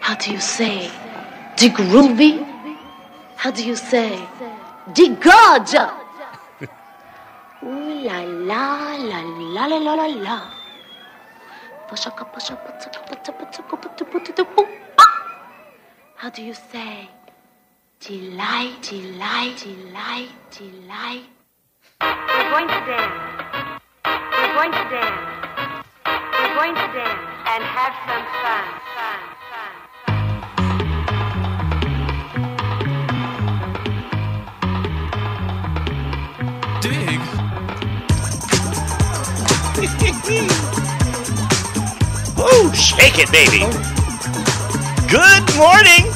how do you say? De groovy? How do you say? De gorge! Ooh la la la la la la la la. Pushaka, pushaka, pushaka, pushaka, pushaka, pushaka, pushaka, pushaka. How do you say? Delight, delight, delight, delight. We're going to dance. We're going to dance. We're going to dance and have some fun. fun, fun, fun. Dig. Woo! Shake it, baby. Good morning.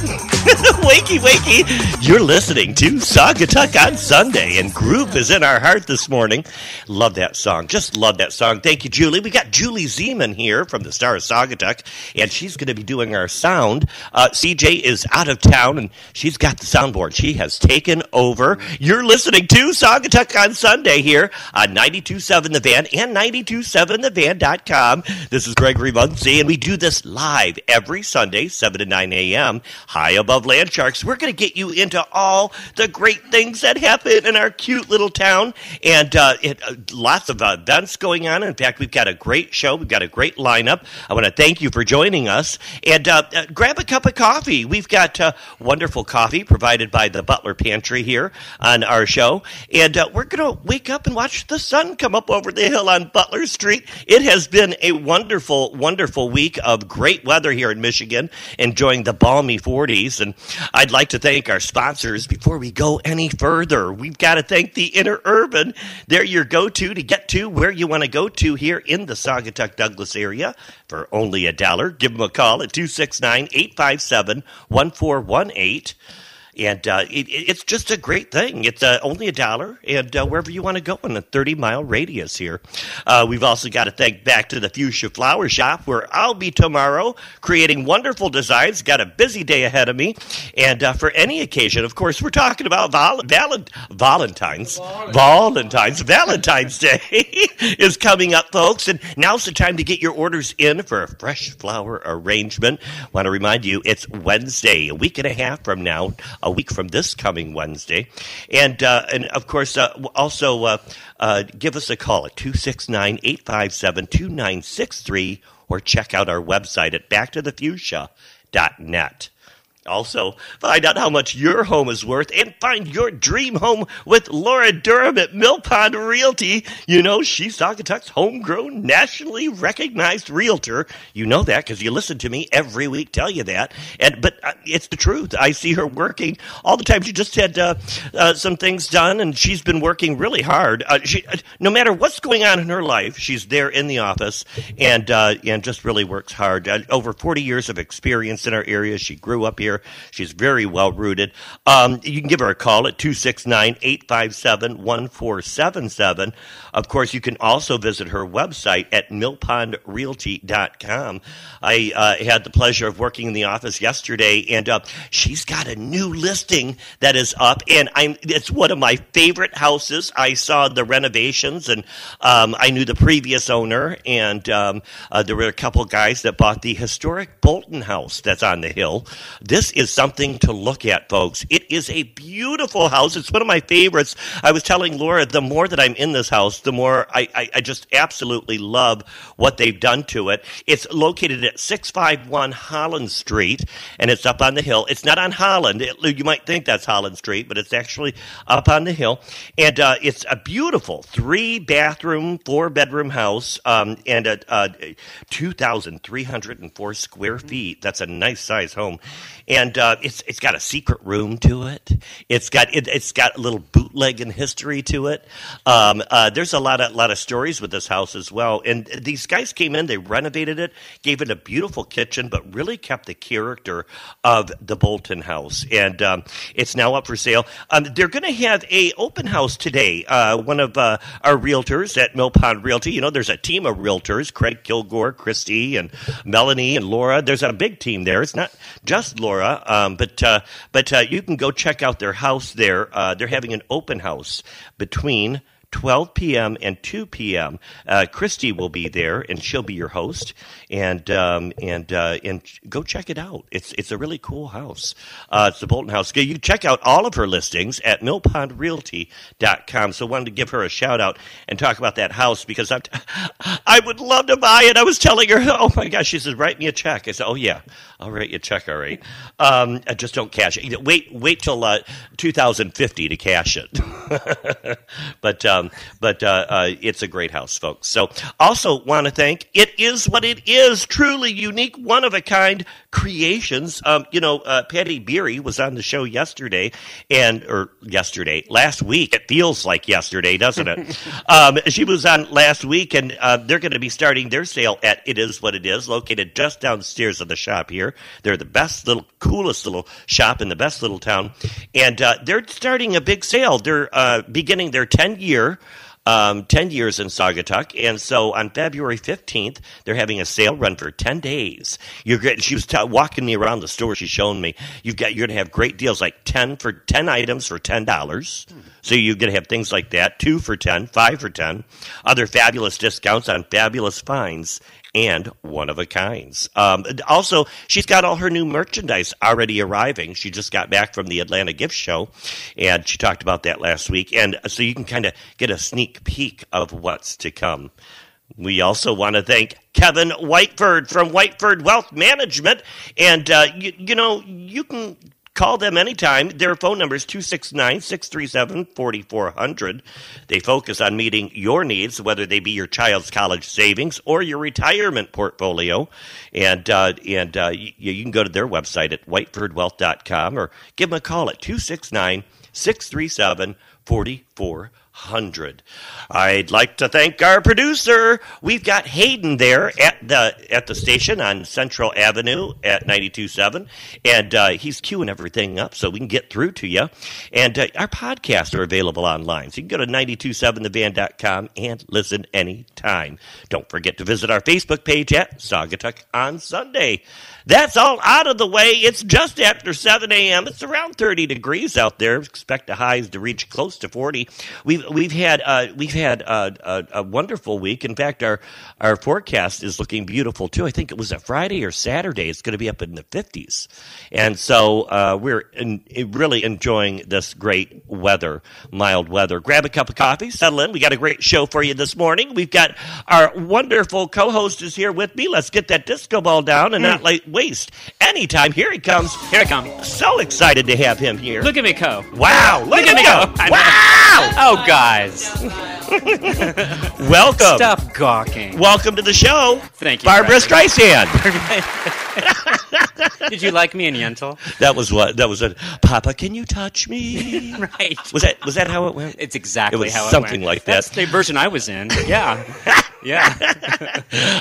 wakey, wakey. You're listening to Sagatuck on Sunday, and group is in our heart this morning. Love that song. Just love that song. Thank you, Julie. We got Julie Zeman here from the Star of Sagatuck, and she's going to be doing our sound. Uh, CJ is out of town, and she's got the soundboard. She has taken over. You're listening to Sagatuck on Sunday here on 92.7 The Van and 92.7thevan.com. This is Gregory Muncy, and we do this live every Sunday, 7 to 9 a.m., high above land sharks. We're going to get you into all the great things that happen in our cute little town, and uh, it, uh, lots of events going on. In fact, we've got a great show. We've got a great lineup. I want to thank you for joining us, and uh, uh, grab a cup of coffee. We've got uh, wonderful coffee provided by the Butler Pantry here on our show, and uh, we're going to wake up and watch the sun come up over the hill on Butler Street. It has been a wonderful, wonderful week of great weather here in Michigan, enjoying the balmy 40s. And I'd like to thank our sponsors before we go any further. We've got to thank the Inner Urban. They're your go to to get to where you want to go to here in the Saugatuck Douglas area for only a dollar. Give them a call at 269 857 1418 and uh, it, it- it's just a great thing. It's uh, only a dollar, and uh, wherever you want to go in a 30 mile radius here. Uh, we've also got to thank back to the Fuchsia Flower Shop, where I'll be tomorrow creating wonderful designs. Got a busy day ahead of me, and uh, for any occasion, of course, we're talking about val- val- Valentine's. Valentine's. Valentine's Day is coming up, folks, and now's the time to get your orders in for a fresh flower arrangement. Want to remind you, it's Wednesday, a week and a half from now, a week from this coming Wednesday. And, uh, and of course, uh, w- also uh, uh, give us a call at 269 857 2963 or check out our website at backtothefuchsia.net. Also, find out how much your home is worth and find your dream home with Laura Durham at Mill Pond Realty. You know, she's Saugatuck's homegrown, nationally recognized realtor. You know that because you listen to me every week tell you that. And But uh, it's the truth. I see her working all the time. She just had uh, uh, some things done and she's been working really hard. Uh, she, uh, no matter what's going on in her life, she's there in the office and, uh, and just really works hard. Uh, over 40 years of experience in our area. She grew up here. She's very well rooted. Um, you can give her a call at 269 857 1477. Of course, you can also visit her website at millpondrealty.com. I uh, had the pleasure of working in the office yesterday, and uh, she's got a new listing that is up, and I'm it's one of my favorite houses. I saw the renovations, and um, I knew the previous owner, and um, uh, there were a couple guys that bought the historic Bolton house that's on the hill. This is something to look at, folks. It is a beautiful house. It's one of my favorites. I was telling Laura, the more that I'm in this house, the more I, I, I just absolutely love what they've done to it. It's located at 651 Holland Street, and it's up on the hill. It's not on Holland. It- you might think that's Holland Street, but it's actually up on the hill. And uh, it's a beautiful three bathroom, four bedroom house, um, and a, a 2,304 square feet. That's a nice size home, and uh, it's it's got a secret room to it. It's got it, it's got a little bootlegging history to it. Um, uh, there's a lot of lot of stories with this house as well. And these guys came in, they renovated it, gave it a beautiful kitchen, but really kept the character of the Bolton house. And um, it's now up for sale. Um, they're going to have a open house today. Uh, one of uh, our realtors at Mill Pond Realty. You know, there's a team of realtors: Craig Kilgore, Christy, and Melanie and Laura. There's a big team there. It's not just Laura, um, but uh, but uh, you can go check out their house there. Uh, they're having an open house between. 12 p.m. and 2 p.m. Uh, Christy will be there, and she'll be your host. And um, and uh, and go check it out. It's it's a really cool house. Uh, it's the Bolton House. You can check out all of her listings at millpondrealty.com. So wanted to give her a shout out and talk about that house because I'm t- I would love to buy it. I was telling her, oh my gosh, she says, write me a check. I said, oh yeah, I'll write you a check. All right, um, I just don't cash it. Wait wait till uh, 2050 to cash it. but um, but uh, uh, it's a great house, folks. So also want to thank it is what it is. Truly unique, one of a kind creations. Um, you know, uh, Patty Beery was on the show yesterday, and or yesterday last week. It feels like yesterday, doesn't it? um, she was on last week, and uh, they're going to be starting their sale at It Is What It Is, located just downstairs of the shop here. They're the best little, coolest little shop in the best little town, and uh, they're starting a big sale. They're uh, beginning their ten year um, 10 years in Saugatuck. And so on February 15th, they're having a sale run for 10 days. You're get, she was t- walking me around the store. She's showing me you've got, you're going to have great deals like 10 for 10 items for $10. So you're going to have things like that, two for 10, five for 10, other fabulous discounts on fabulous finds and one of a kinds. Um, and also, she's got all her new merchandise already arriving. She just got back from the Atlanta Gift Show, and she talked about that last week. And so you can kind of get a sneak peek of what's to come. We also want to thank Kevin Whiteford from Whiteford Wealth Management. And, uh, you, you know, you can Call them anytime. Their phone number is 269 637 4400. They focus on meeting your needs, whether they be your child's college savings or your retirement portfolio. And uh, and uh, you, you can go to their website at whitefordwealth.com or give them a call at 269 637 4400. I'd like to thank our producer. We've got Hayden there at the at the station on Central Avenue at 927 and uh, he's queuing everything up so we can get through to you. And uh, our podcasts are available online. So you can go to 927thevan.com and listen anytime. Don't forget to visit our Facebook page at Saugatuck on Sunday. That's all out of the way. It's just after 7 a.m. It's around 30 degrees out there. Expect the highs to reach close to 40. We've we've had uh, we've had uh, a, a wonderful week. In fact, our our forecast is looking beautiful too. I think it was a Friday or Saturday. It's going to be up in the 50s, and so uh, we're in, really enjoying this great weather, mild weather. Grab a cup of coffee, settle in. We got a great show for you this morning. We've got our wonderful co-host is here with me. Let's get that disco ball down and not like waste any time. Here he comes. Here I come. So excited to have him here. Look at me go. Wow! Look, Look at at me him go. I know. Wow! Oh, guys. Welcome. Stop gawking. Welcome to the show. Thank you, Barbara Brad. Streisand. Did you like me in Yentl? That was what. That was it. Papa, can you touch me? Right. Was that was that how it went? It's exactly It was how something it went. like that. That's the version I was in. Yeah. Yeah.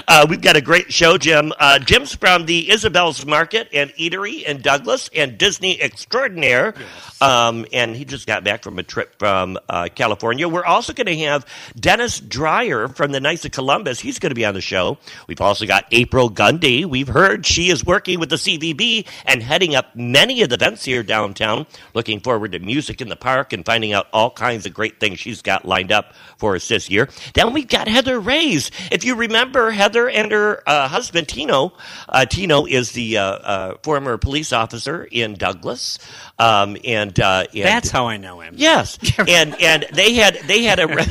Uh, we've got a great show, Jim. Uh, Jim's from the Isabel's Market and Eatery in Douglas and Disney Extraordinaire. Um, and he just got back from a trip from uh, California. We're also going to have Dennis Dreyer from the Knights of Columbus. He's going to be on the show. We've also got April Gundy. We've heard she is working with the CVB and heading up many of the events here downtown. Looking forward to music in the park and finding out all kinds of great things she's got lined up for us this year. Then we've got Heather Rays. If you remember, Heather and her uh, husband Tino, uh, Tino is the uh, uh, former police officer in Douglas, um, and, uh, and That's how I know him. yes, and and they had they had a. Re-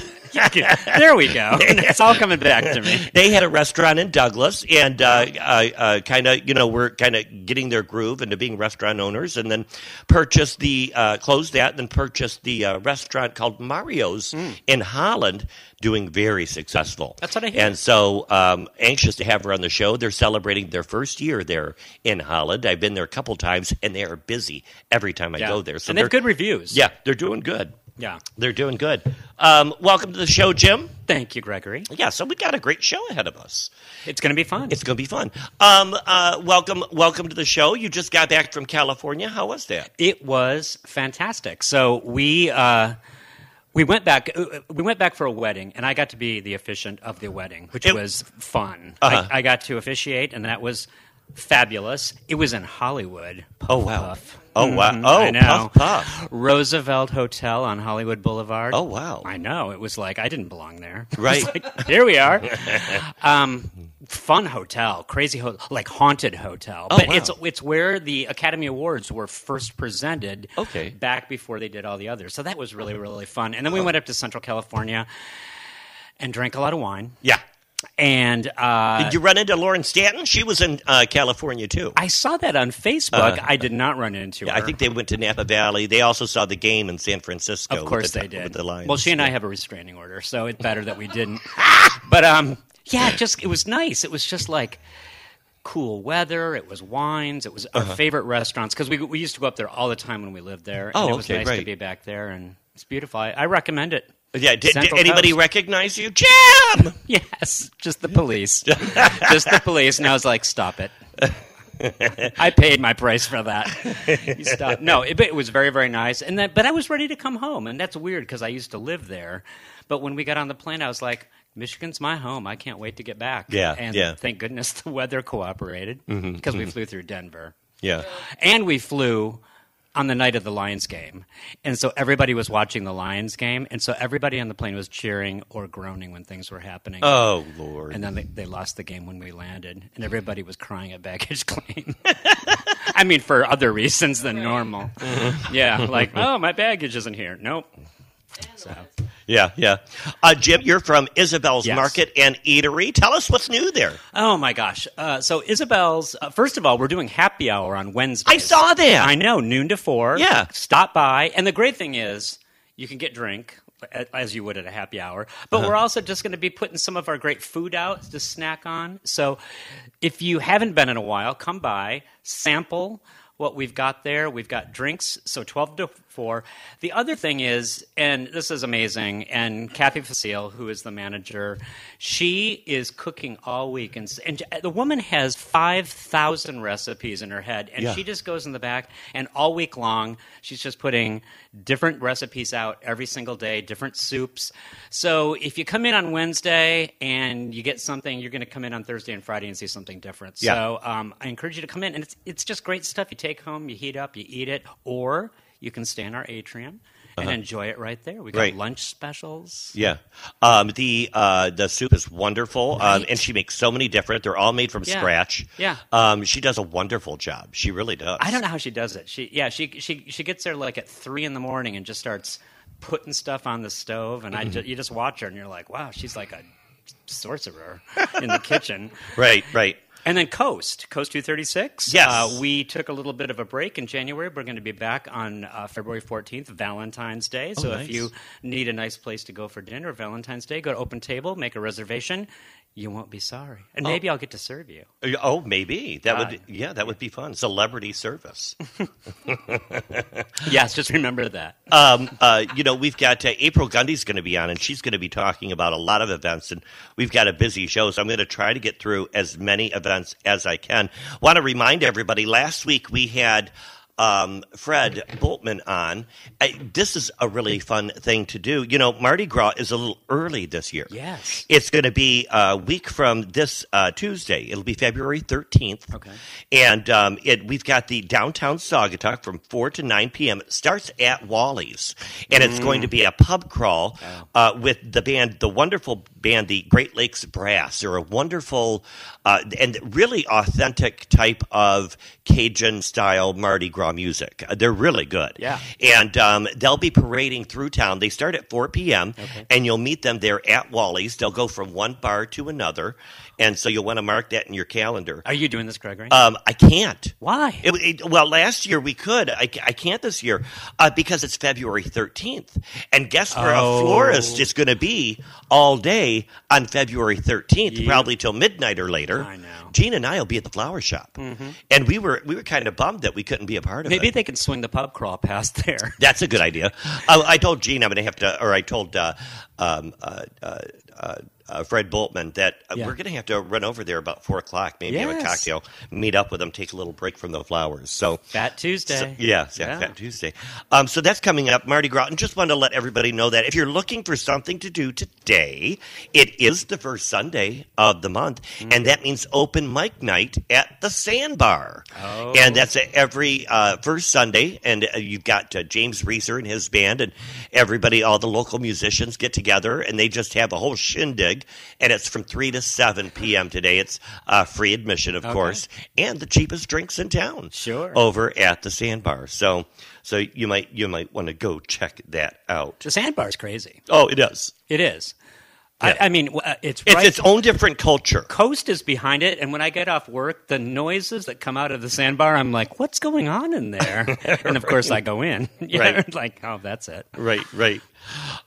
There we go. It's all coming back to me. they had a restaurant in Douglas, and uh, uh, uh, kind of, you know, we're kind of getting their groove into being restaurant owners, and then purchased the uh, closed that, and then purchased the uh, restaurant called Mario's in Holland, doing very successful. Hmm. That's what I hear. And so um, anxious to have her on the show. They're celebrating their first year there in Holland. I've been there a couple times, and they are busy every time I Yeah. go there. So and they have they're- good reviews. Yeah, they're doing good. Yeah. They're doing good. Um, welcome to the show, Jim. Thank you, Gregory. Yeah, so we got a great show ahead of us. It's going to be fun. It's going to be fun. Um, uh, welcome, welcome to the show. You just got back from California. How was that? it was fantastic. So we uh, we went back uh, we went back for a wedding, and I got to be the officiant of the wedding, which It- was fun. Uh-huh. I, I got to officiate, and that was fabulous. It was in Hollywood. Oh, wow. Oh, wow. Mhm, Oh, I know. puff, puff. Roosevelt Hotel on Hollywood Boulevard. Oh, wow. I know. It was like I didn't belong there. It's Right. like, here we are. um, fun hotel, crazy hotel, like haunted hotel. Oh, but wow. it's it's where the Academy Awards were first presented. Okay. Uh-huh. Back before they did all the others, so that was really really fun. And then we went up to Central California and drank a lot of wine. Yeah. And uh, Did you run into Lauren Stanton? She was in uh, California too. I saw that on Facebook. I did not run into Uh-huh. Yeah, her. I think they went to Napa Valley. They also saw the game in San Francisco. Of course with the, they did. With the Lions. Well, she and I have a restraining order, so it's better that we didn't. but um, yeah, just it was nice. It was just like cool weather. It was wines. It was our Uh-huh. favorite restaurants because we we used to go up there all the time when we lived there. And Oh, it was okay, nice to right. be back there, and it's beautiful. I, I recommend it. Yeah. Did, did Central anybody Coast. recognize you, Jim? Yes, just the police, just the police. And I was like, stop it. I paid my price for that. You stop. No, it, but it was very, very nice. And that, but I was ready to come home, and that's weird because I used to live there. But when we got on the plane, I was like, "Michigan's my home. I can't wait to get back." Yeah, and yeah. Mm-hmm, thank goodness the weather cooperated because we flew through Denver, Yeah. and we flew on the night of the Lions game, and so everybody was watching the Lions game, and so everybody on the plane was cheering or groaning when things were happening. Oh Lord. And then they, they lost the game when we landed, and everybody was crying at baggage claim. I mean, for other reasons than normal. yeah, like, oh, my baggage isn't here. Nope. So, yeah. Yeah. Uh, Jim, you're from Isabel's Yes. Market and Eatery. Tell us what's new there. oh my gosh. Uh, so Isabel's. Uh, first of all, we're doing happy hour on Wednesday. I saw that. I know, noon to four. Yeah. Stop by, and the great thing is you can get drink. a- As you would at a happy hour, but we're also just going to be putting some of our great food out to snack on. So, if you haven't been in a while, come by, sample what we've got there. We've got drinks, so twelve to four. The other thing is, and this is amazing. And Kathy Facile, who is the manager, she is cooking all week, and, s- and the woman has five thousand recipes in her head, and Yeah. she just just goes in the back and all week long she's just putting different recipes out every single day different soups so if you come in on wednesday and you get something you're going to come in on thursday and friday and see something different Yeah. so um, i encourage you to come in and it's, it's just great stuff you take home you heat up you eat it or you can stay in our atrium and enjoy it right there we got Right. lunch specials Yeah. Um, the uh, the soup is wonderful, um, and she makes so many different. They're all made from Yeah. scratch. Yeah. Um, she does a wonderful job. She really does. I don't know how she does it. She yeah, she she she gets there like at three in the morning and just starts putting stuff on the stove, Mm-hmm. and I ju- you just watch her and you're like, wow, she's like a sorcerer in the kitchen. Right. Right. And then Coast, Coast 236. Yes. Uh, we took a little bit of a break in January. We're going to be back on uh, February 14th, Valentine's Day. So Oh, nice. if you need a nice place to go for dinner, Valentine's Day, go to Open Table, make a reservation. You won't be sorry. And maybe I'll get to serve you. Oh, maybe that would. God. Yeah, that would be fun. Celebrity service. Yes, just remember that. um, uh, you know, we've got uh, April Gundy's going to be on, and she's going to be talking about a lot of events, and we've got a busy show, so I'm going to try to get through as many events as I can. Want to remind everybody, last week we had um, Fred Boltman on. I, this is a really fun thing to do. You know, Mardi Gras is a little early this year. Yes. It's going to be a week from this uh, Tuesday. It'll be February 13th. Okay. And um, it, we've got the downtown Saugatuck from 4 to 9 p.m. It starts at Wally's, and it's going to be a pub crawl uh, with the band, the wonderful band, the Great Lakes Brass. They're a wonderful uh, and really authentic type of Cajun style Mardi Gras music. Uh, They're really good. Yeah. And um, they'll be parading through town. They start at 4 p.m., and you'll meet them there at Wally's. They'll go from one bar to another. And so you'll want to mark that in your calendar. Are you doing this, Gregory? Um, I can't. Why? It, it- well, last year we could. I, ca- I can't this year uh, because it's February 13th. And guess where Oh. a florist is going to be all day on February 13th, probably till midnight or later. I know. Mm-hmm. Gene and I will be at the flower shop. And we were we were kind of bummed that we couldn't be a part of it. Maybe they can swing the pub crawl past there. That's a good idea. I, I told Gene I'm going to have to, or I told uh, um, uh, uh, uh, uh, Fred Boltman that uh, Yeah. we're going to have to run over there about four o'clock, maybe have a Yes. cocktail, meet up with them, take a little break from the flowers. So Fat Tuesday. so- yeah, yeah, Yeah. Fat Tuesday. Um, so that's coming up, Mardi Gras. And just wanted to let everybody know that if you're looking for something to do today, it is the first Sunday of the month, Mm. and that means open mic night at the Sandbar. Oh. And that's uh, every uh, first Sunday, and uh, you've got uh, James Reeser and his band, and everybody, all the local musicians get together, and they just have a whole shindig, and it's from 3 to 7 p.m. today. It's uh, free admission, of course, and the cheapest drinks in town Sure. over at the sandbar. So so you might you might want to go check that out. The sandbar's crazy. Oh, it is. It is. Yeah. I, I mean, w- uh, it's It's right. its own different culture. Coast is behind it, and when I get off work, the noises that come out of the sandbar, I'm like, "What's going on in there?" and of course, I go in. Yeah, Right. like, oh, that's it. Right, right.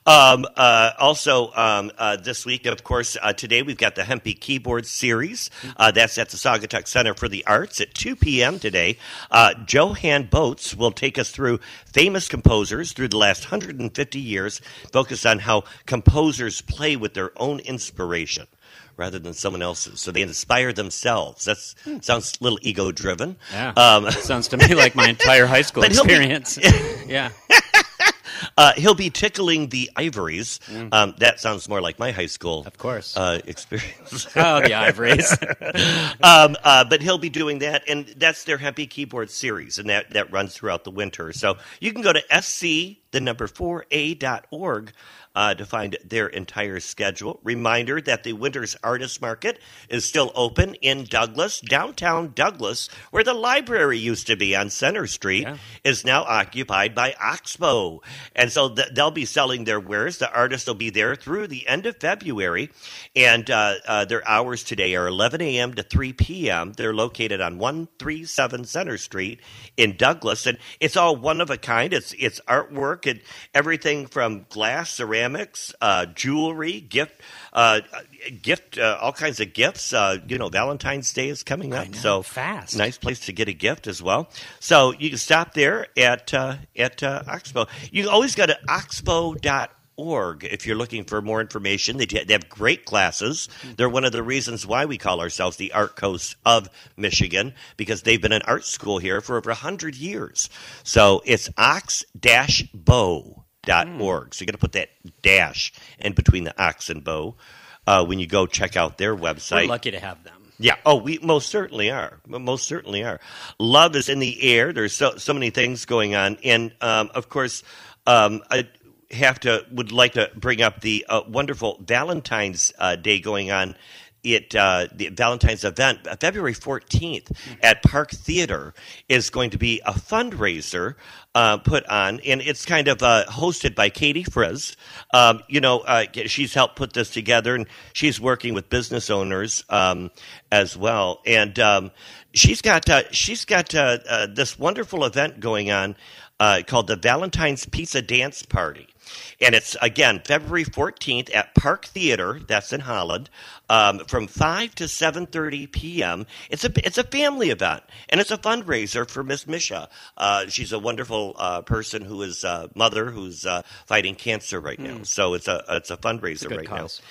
Um, uh, also, um, uh, this week, of course, uh, today we've got the Hempy Keyboard Series. Uh, that's at the Saugatuck Center for the Arts at 2 p.m. today. Uh, Johann Boats will take us through famous composers through the last 150 years, focused on how composers play with their own inspiration. rather than someone else's. So they inspire themselves. That sounds a little ego driven. Yeah, Um, sounds to me like my entire high school But he'll be- experience. yeah, uh, he'll be tickling the ivories. Um, that sounds more like my high school, Mm. of course. uh, experience. oh, the ivories. um, uh, but he'll be doing that, and that's their Happy Keyboard series, and that, that runs throughout the winter. So you can go to sc the number four a dot org uh, to find their entire schedule. Reminder that the winter's artist market is still open in Douglas, downtown Douglas, where the library used to be on Center Street, Yeah. is now occupied by Oxbow, and so th- they'll be selling their wares. The artist will be there through the end of February, and uh, uh, their hours today are 11 a.m. to 3 p.m. They're located on 137 Center Street in Douglas, and it's all one of a kind. It's it's artwork and everything from glass, ceramics, uh, jewelry, gift, uh, uh, gift, uh, all kinds of gifts. Uh, you know, Valentine's Day is coming up, know, so fast. Nice place to get a gift as well. So you can stop there at uh, at uh, Oxbow. You can always go to oxbow.org if you're looking for more information. They, they have great classes. They're one of the reasons why we call ourselves the Art Coast of Michigan because they've been an art school here for over 100 years. So it's ox-bow.org. So you got to put that dash in between the ox and bow uh, when you go check out their We're website. lucky to have them. Yeah. Oh, we most certainly are. Mo- Most certainly are. Love is in the air. There's so so many things going on, and um, of course, um, I have to would like to bring up the uh, wonderful Valentine's uh, Day going on. At uh, the Valentine's event, uh, February 14th at Park Theater, is going to be a fundraiser uh, put on, and it's kind of uh, hosted by Katie Frizz. Um, you know, uh, she's helped put this together, and she's working with business owners um, as well. And um, she's got uh, she's got uh, uh, this wonderful event going on uh, called the Valentine's Pizza Dance Party. And it's again February 14th at Park Theater, that's in Holland, um, from 5 to 7:30 p.m. It's a it's a family event, and it's a fundraiser for Miss Misha. Uh, she's a wonderful uh, person who is a mother who's uh, fighting cancer right now. So it's a it's a fundraiser good right cause. now.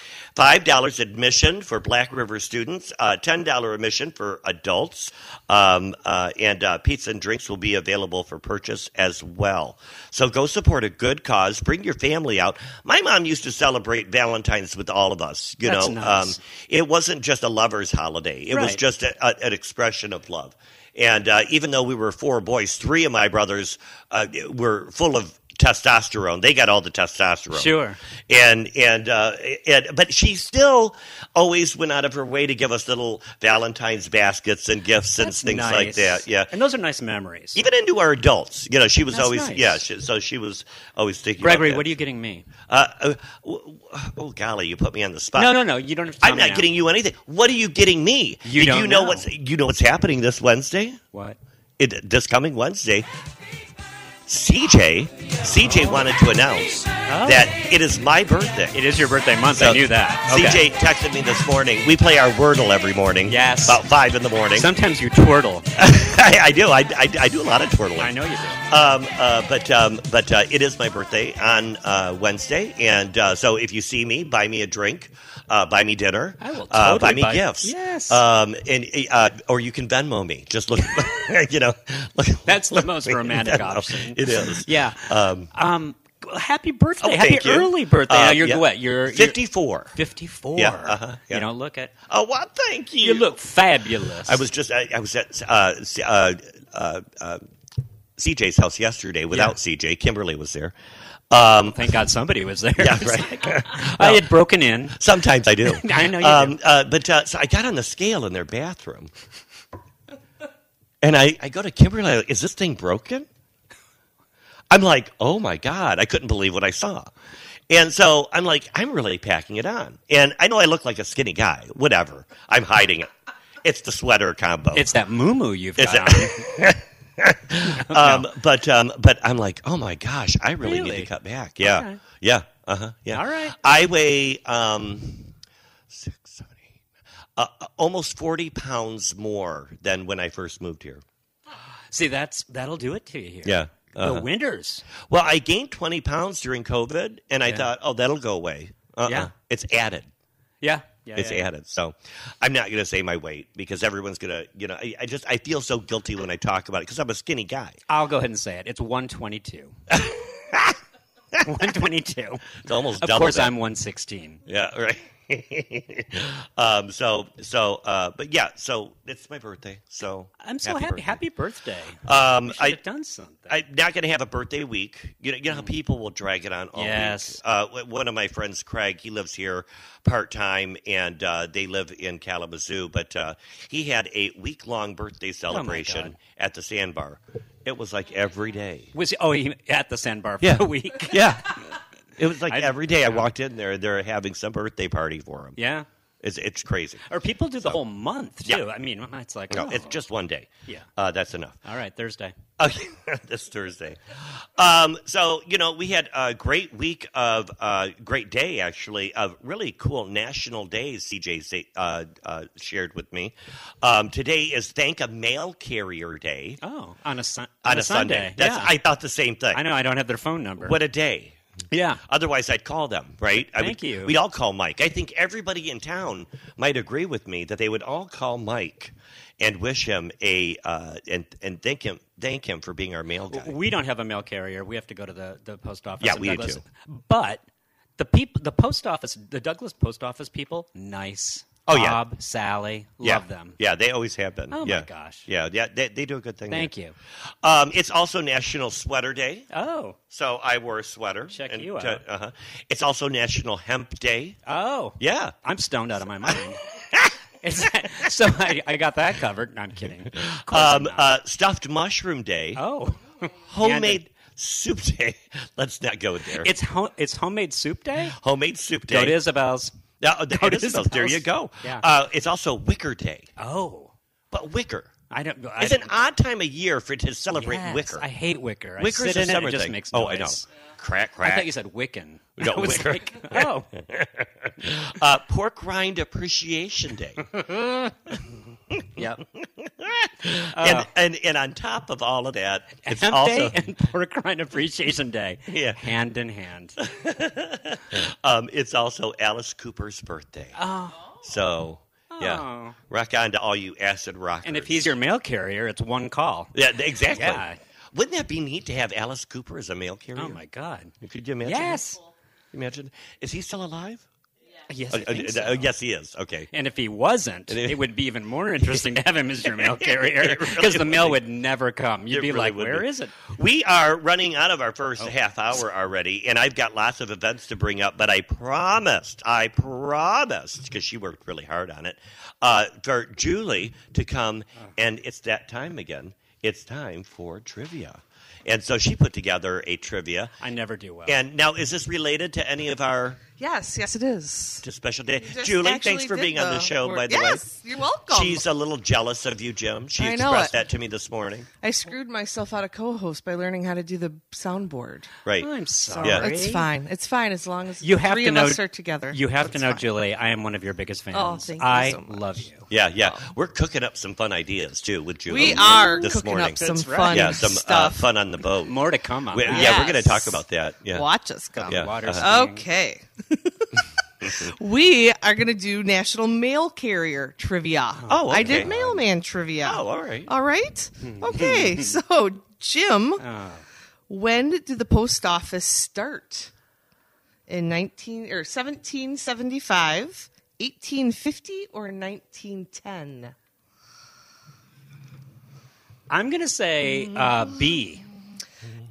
Five dollars admission for Black River students, uh, ten dollar admission for adults, um, uh, and uh, pizza and drinks will be available for purchase as well. So go support a good cause. Bring your family out. My mom used to celebrate Valentine's with all of us. You That's know, nice. um, it wasn't just a lover's holiday. It was Right. just a, a, an expression of love. And uh, even though we were four boys, three of my brothers uh, were full of testosterone. They got all the testosterone Sure. and and uh, and but she still always went out of her way to give us little Valentine's baskets and gifts and That's things like nice. that. Yeah, and those are nice memories. even into our adults. You know, she was That's always nice. yeah. She, so she was always thinking. about Gregory, that. what are you getting me? Uh, uh, w- w- oh golly, you put me on the spot. No, no, no. You don't have to. tell I'm me not now. getting you anything. What are you getting me? You Do you don't know, know. what's you know what's happening this Wednesday? what. It, this coming Wednesday, CJ, CJ wanted to announce Oh. that it is my birthday. It is your birthday month. So, I knew that. Okay. CJ texted me this morning. We play our Wordle every morning. Yes. About five in the morning. Sometimes you twirtle. I, I do. I, I, I do a lot of twirling. I know you do. Um, uh, but um, but uh, it is my birthday on uh, Wednesday, and uh, so if you see me, buy me a drink, uh, buy me dinner, I will uh, buy totally me buy- gifts, Yes. um, and uh, or you can Venmo me. Just look, you know, look, That's the most romantic Venmo. option. It is. Yeah. Um, Um, happy birthday. oh, happy thank you. early birthday. Uh, now you're yeah. what? You're you're- 54. 54. Yeah, uh-huh, yeah. You know, look at Oh, well, thank you you. look fabulous. I was just I, I was at uh, C- uh, uh, uh, CJ's house yesterday without CJ. Kimberly was there. Um, Thank God somebody was there. yeah, It's right. like, I had broken in. Sometimes I do. I know you um, Uh, but uh, so I got on the scale in their bathroom, and I, I go to Kimberly. I'm like, Is this thing broken? I'm like, oh my god! I couldn't believe what I saw, and so I'm like, I'm really packing it on. And I know I look like a skinny guy. Whatever. I'm hiding it. It's the sweater combo. It's that moo you've It's got. a- on you. um, but um, but I'm like, oh my gosh, I really, need Really? to cut back. Yeah, right. yeah, uh huh, yeah. All right. I weigh um, six, seven, eight, uh, uh, almost forty pounds more than when I first moved here. See, that's that'll do it to you here. Yeah, uh-huh. The winters. Well, I gained twenty pounds during COVID, and I Yeah. thought, oh, that'll go away. Uh-uh. Yeah. it's added. Yeah. yeah It's yeah. added. So I'm not going to say my weight because everyone's going to, you know, I, I just, I feel so guilty when I talk about it because I'm a skinny guy. I'll go ahead and say it. It's 122. 122. It's almost Of double course, that. I'm 116. Yeah, right. um, so, so, uh, but yeah, so it's my birthday. So I'm so happy. Happy birthday. Um, Should I, have done something. I'm not going to have a birthday week. You know, you know how people will drag it on all Yes. week. Uh, w- one of my friends, Craig, he lives here part time, and uh, they live in Kalamazoo. But uh, he had a week long birthday celebration Oh God. at the Sandbar. It was like every day. was oh he at the sandbar for Yeah. a week? Yeah. It was like I- every day I walked in there, they're having some birthday party for him. Yeah. It's, it's crazy. Or people do the whole month too. Yeah. I mean, it's like No, oh. it's just one day. Yeah. Uh, that's enough. all right Thursday. Okay, this Thursday. Um, so, you know, we had a great week of, uh, great day, actually, of really cool national days CJ sa- uh, uh, shared with me. Um, today is Thank a Mail Carrier Day Oh, on a sun on, a Sunday. That's, yeah. I thought the same thing. I know I don't have their phone number. What a day. Yeah. Otherwise, I'd call them, right? I Thank would, you. We'd all call Mike. I think everybody in town might agree with me that they would all call Mike and wish him a uh, and and thank him thank him for being our mail guy. We don't have a mail carrier. We have to go to the, the post office. Yeah, in we do Douglas. too. But the people, the post office, the Douglas post office people, nice. Oh, yeah. Bob, Sally, yeah. love them. Yeah, they always have been. Oh, my yeah. gosh. Yeah, yeah, they, they do a good thing. Thank there. you. Um, it's also National Sweater Day, Oh, so I wore a sweater. Check and you to- out. uh-huh. It's also National Hemp Day. oh, Yeah. I'm stoned out of my mind. It's- so I, I got that covered. No, I'm kidding. Of course I'm Um, not. uh, stuffed Mushroom Day. oh, homemade soup day. Let's not go there. it's ho- it's homemade soup day. homemade soup day. Go to Isabel's. Now, uh, it is to about- there Isabel's. you go. Yeah. Uh, it's also Wicker Day, Oh, but Wicker. I don't. I It's an don't- odd time of year for to celebrate Yes, Wicker. I hate wicker. Wicker's I sit a in it, summer it just thing. makes oh, I know. noise. Crack, crack. I thought you said Wiccan. No, I was Wicker. like, oh, uh, pork rind appreciation day, yep. and, and and on top of all of that, it's Hemp also Oh. Day and Pork Rind Appreciation Day, Yeah. hand in hand. um, it's also Alice Cooper's birthday. Oh, So yeah, Oh. rock on to all you acid rockers. and if he's your mail carrier, it's one call. Yeah, th- exactly. Yeah. Wouldn't that be neat to have Alice Cooper as a mail carrier? Oh my God! Could you imagine? that? Yes, Imagine. Is he still alive? yes, Uh, I think uh, so. uh, yes, he is. Okay. And if he wasn't, And if- it would be even more interesting to have him as your mail carrier It really because the mail would would never come. You'd It be really like, would "Where be. is it?" Oh. We are running out of our first half hour already, and I've got lots of events to bring up, but I promised, I promised, because she worked really hard on it, uh, for Julie to come, Oh. and it's that time again. It's time for trivia. And so she put together a trivia. I never do well. And now, is this related to any of our Yes, yes, it is. It's a special day. Just Julie, thanks actually for did being on the show, word. by the yes, you're welcome. way. She's a little jealous of you, Jim. She I know expressed it. that to me this morning. I screwed myself out of co-host by learning how to do the soundboard. Right. I'm sorry. Yeah. It's fine. It's fine as long as You the have three to of know us are together. You have to That's know, fine. Julie. I am one of your biggest fans. Oh, thank you I so much. love you. Yeah, yeah. We're cooking up some fun ideas, too, with Julie. We are this cooking morning. up some That's right. fun yeah, some uh, stuff. fun on the boat. More to come on. We- that. Yeah, we're going Yes. to talk about that. Yeah. Watch us come. Yeah. Water Uh-huh. skiing. Okay. we are going to do National Mail Carrier trivia. Oh, I okay. did mailman trivia. Oh, all right. All right. Hmm. Okay. so, Jim, Uh. when did the post office start? In 19 or 1775, 1850 or 1910? I'm going to say Mm. uh, B.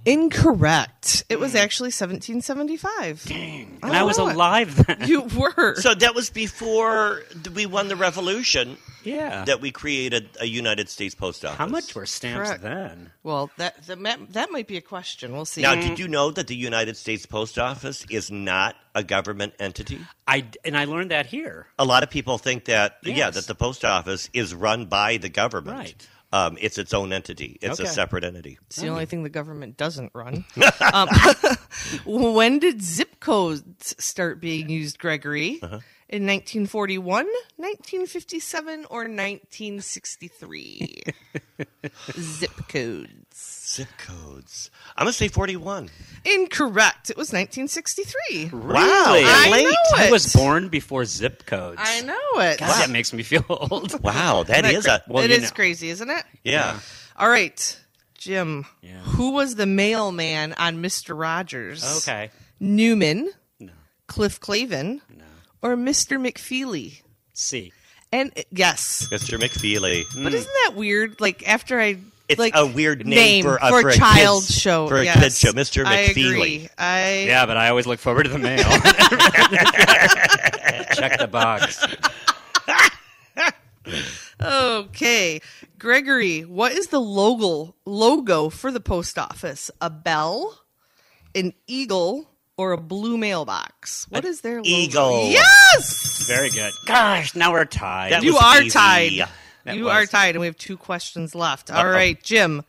Incorrect. It was Hmm. actually 1775. Dang. And I was alive then. You were. So that was before th- we won the revolution yeah. that we created a United States post office. How much were stamps Correct. then? well, that, that that might be a question. We'll see. Now, did you know that the United States Post Office is not a government entity? I and I learned that here. A lot of people think that yeah, Yes. that the post office is run by the government. Right. Um, it's its own entity. It's a Okay. separate entity. It's the only Oh. thing the government doesn't run. um, when did zip codes start being used, Gregory? Uh-huh. In 1941, 1957, or 1963? zip codes. Zip codes. I'm gonna say 41. Incorrect. It was 1963. Wow, I you're late. know I it. was born before zip codes. I know it. God, that makes me feel old. Wow, that Isn't is cra- a well, it you is know. crazy, isn't it? yeah. All right, Jim. Yeah. Who was the mailman on Mister Rogers? Okay. Newman, No. Cliff Clavin, No. or Mister McFeely? C. And uh, yes, Mr. McFeely. but isn't that weird? Like after I, It's like a weird name for a- for a child kid's- show for a yes. kid's show, Mr. I McFeely. agree. I Yeah, but I always look forward to the mail. Check the box. okay, Gregory. What is the logo logo for the post office? A bell, an eagle, or a blue mailbox? What is their logo? Eagle. Yes. Very good. Gosh, now we're tied. That You was are easy. tied. That you was- are tied, and we have two questions left. All right, Jim.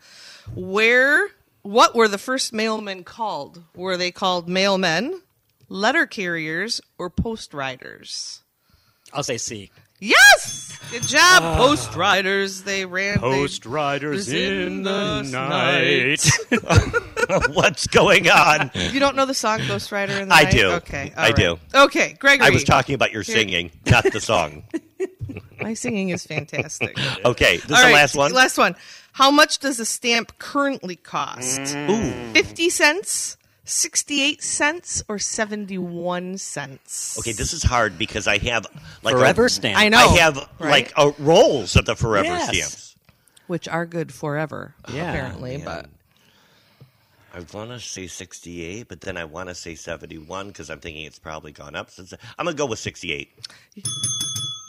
Where? What were the first mailmen called? Were they called mailmen, letter carriers, or post riders? I'll say C. Yes, good job, Ah. post riders. They ran. they, riders in the night. What's going on? you don't know the song Ghost Rider in the I Night? do. Okay, I all do. Okay, Gregory. I was talking about your singing, not the song. My singing is fantastic. Okay, this All is the right, last one. Last one. How much does a stamp currently cost? Mm. Ooh. 50 cents, 68 cents, or 71 cents? Okay, this is hard because I have like a- Forever stamp. I know. I have like right? a, rolls of the forever Yes. stamps. Which are good forever, Yeah, apparently, man. but. I want to say 68, but then I want to say 71 because I'm thinking it's probably gone up. Since I'm gonna go with 68.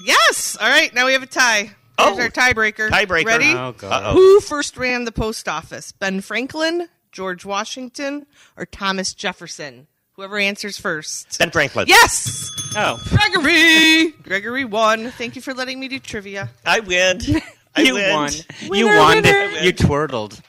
Yes! All right, now we have a tie. Here's Oh. our tiebreaker. Tiebreaker. Ready? Oh, God. Uh-oh. Who first ran the post office? Ben Franklin, George Washington, or Thomas Jefferson? Whoever answers first. Ben Franklin. Yes! Oh, Gregory! Gregory won. Thank you for letting me do trivia. I win. I you win. won. you won. You twirled.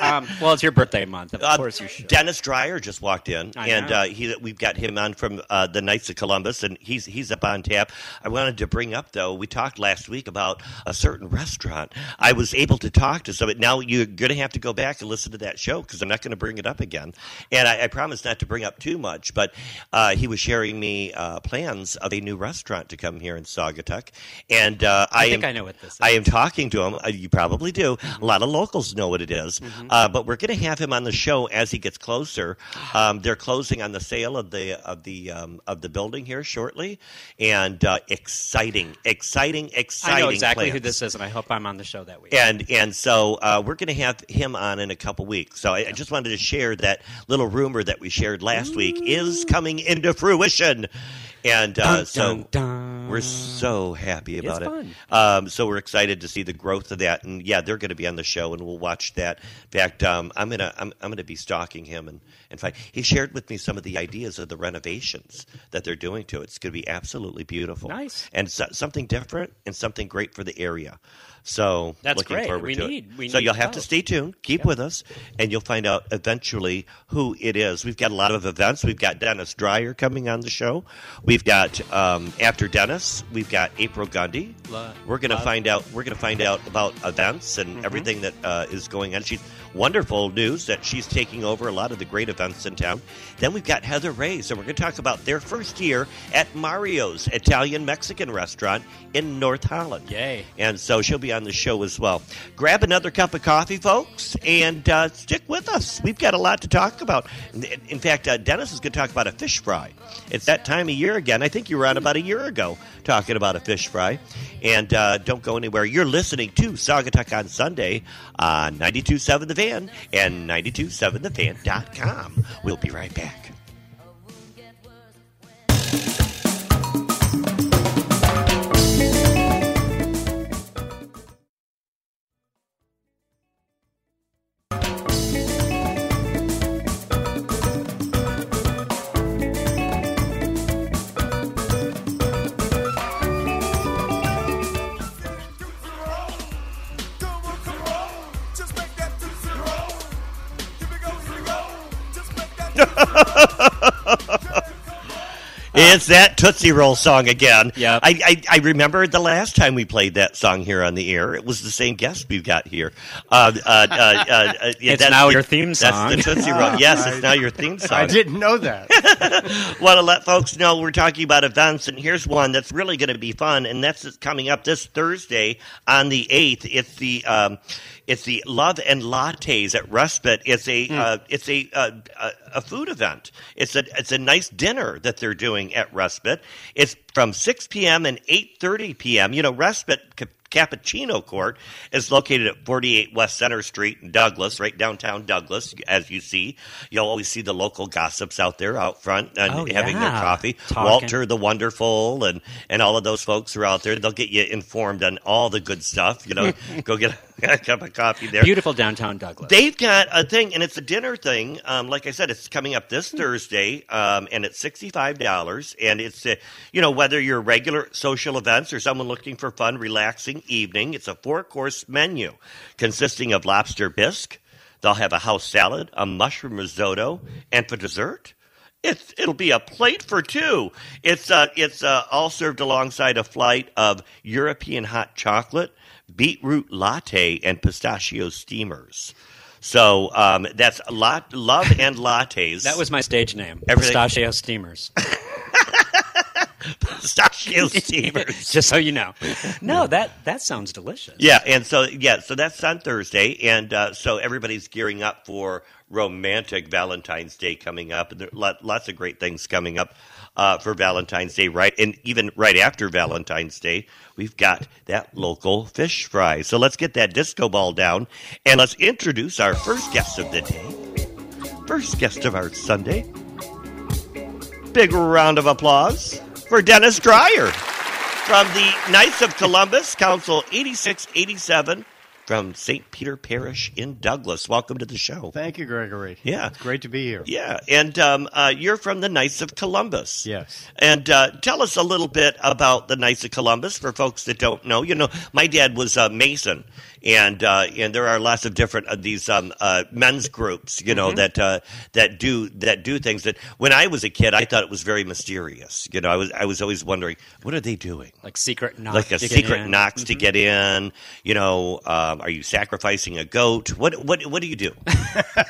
um, well, it's your birthday month. Of Uh, course you should. Dennis Dreyer just walked in, I and know. uh, he we've got him on from uh, the Knights of Columbus, and he's he's up on tap. I wanted to bring up though we talked last week about a certain restaurant. I was able to talk to somebody. Now you're going to have to go back and listen to that show because I'm not going to bring it up again. And I, I promise not to bring up too much, but uh, he was sharing me uh, plans of a new restaurant to come here in Saugatuck, and uh, I, think am- I know what this is. I am talking to him. Uh, You probably do. A lot of locals know what it is. Mm-hmm. Uh, but we're going to have him on the show as he gets closer. Um, they're closing on the sale of the of the um, of the building here shortly, and uh, exciting, exciting, exciting. I know exactly who plans. this is, and I hope I'm on the show that week. And and so uh, we're going to have him on in a couple weeks. So I, I just wanted to share that little rumor that we shared last week is coming into fruition. And uh, Dun, so dun, dun. we're so happy about it. fun. Um, so we're excited to see the growth of that. And yeah, they're going to be on the show, and we'll watch that In fact, um, I'm gonna I'm, I'm gonna be stalking him and and find. He shared with me some of the ideas of the renovations that they're doing to it. It's gonna be absolutely beautiful. Nice. and so, something different and something great for the area. So That's looking great. Forward We to need- it. we so need you'll have to both. stay tuned. Keep with us, and you'll find out eventually who it is. We've got a lot of events. We've got Dennis Dreyer coming on the show. We've got um, after Dennis, we've got April Gundy. Lo- we're gonna love. find out. We're gonna find out about events Mm-hmm. and everything that uh, is going on. She's wonderful news that she's taking over a lot of the great events in town. Then we've got Heather Ray's, and we're gonna talk about their first year at Mario's Italian Mexican Restaurant in North Holland. Yay. And so she'll be on the show as well. Grab another cup of coffee, folks, and uh, stick with us. We've got a lot to talk about. In- In fact, uh, Dennis is going to talk about a fish fry. It's that time of year again. I think you were on about a year ago talking about a fish fry. And uh, don't go anywhere. You're listening to Sagatuck on Sunday uh, on 92.7 The Van and 92.7thefan.com. We'll be right back. It's that Tootsie Roll song again. Uh, Yep. I, I, I remember the last time we played that song here on the air. It was the same guest we've got here. Uh, uh, uh, uh, uh, yeah, It's that's now the- your theme song. That's the Tootsie Roll. yes, it's I- now your theme song. I didn't know that. Want to let folks know we're talking about events, and here's one that's really going to be fun, and that's just coming up this Thursday on the eighth. It's the um, it's the Love and Lattes at Respite. It's a uh, it's a, uh, a a food event. It's a it's a nice dinner that they're doing at Respite. It's from six p.m. and eight thirty p.m. You know, Respite ca- Cappuccino Court is located at 48 West Center Street in Douglas, right downtown Douglas. As you see, you'll always see the local gossips out there out front uh, and Oh, having their yeah. coffee. Talking. Walter the Wonderful and and all of those folks are out there. They'll get you informed on all the good stuff. You know, go get a, cup of coffee there. Beautiful downtown Douglas. They've got a thing, and it's a dinner thing. Um, like I said, it's coming up this Hmm. Thursday, um, and it's sixty-five dollars. And it's uh, you know whether you're regular social events or someone looking for fun, relaxing evening, it's a four-course menu consisting of lobster bisque. They'll have a house salad, a mushroom risotto, and for dessert. It's it'll be a plate for two. It's uh it's uh, all served alongside a flight of European hot chocolate, beetroot latte, and pistachio steamers. So um, that's lot love and lattes. that was my stage name. Everything- Pistachio Steamers. pistachio steamers. Just so you know. No, that that sounds delicious. Yeah, and so yeah, so that's on Thursday, and uh, so everybody's gearing up for romantic Valentine's Day coming up, and there are lot, lots of great things coming up uh, for Valentine's Day, right? And even right after Valentine's Day, we've got that local fish fry. So let's get that disco ball down, and let's introduce our first guest of the day, first guest of our Sunday. Big round of applause for Dennis Dreyer from the Knights of Columbus, Council 8687 from St. Peter Parish in Douglas. Welcome to the show. Thank you, Gregory. Yeah. It's great to be here. Yeah, and um, uh, you're from the Knights of Columbus. Yes. And uh, tell us a little bit about the Knights of Columbus for folks that don't know. You know, my dad was a Mason, and uh, and there are lots of different of these um, uh, men's groups. You know that uh, that do that do things that when I was a kid, I thought it was very mysterious. You know, I was I was always wondering what are they doing Like secret knock. like a to get secret in. Mm-hmm. knocks to get in. You know, um, are you sacrificing a goat? What what what do you do?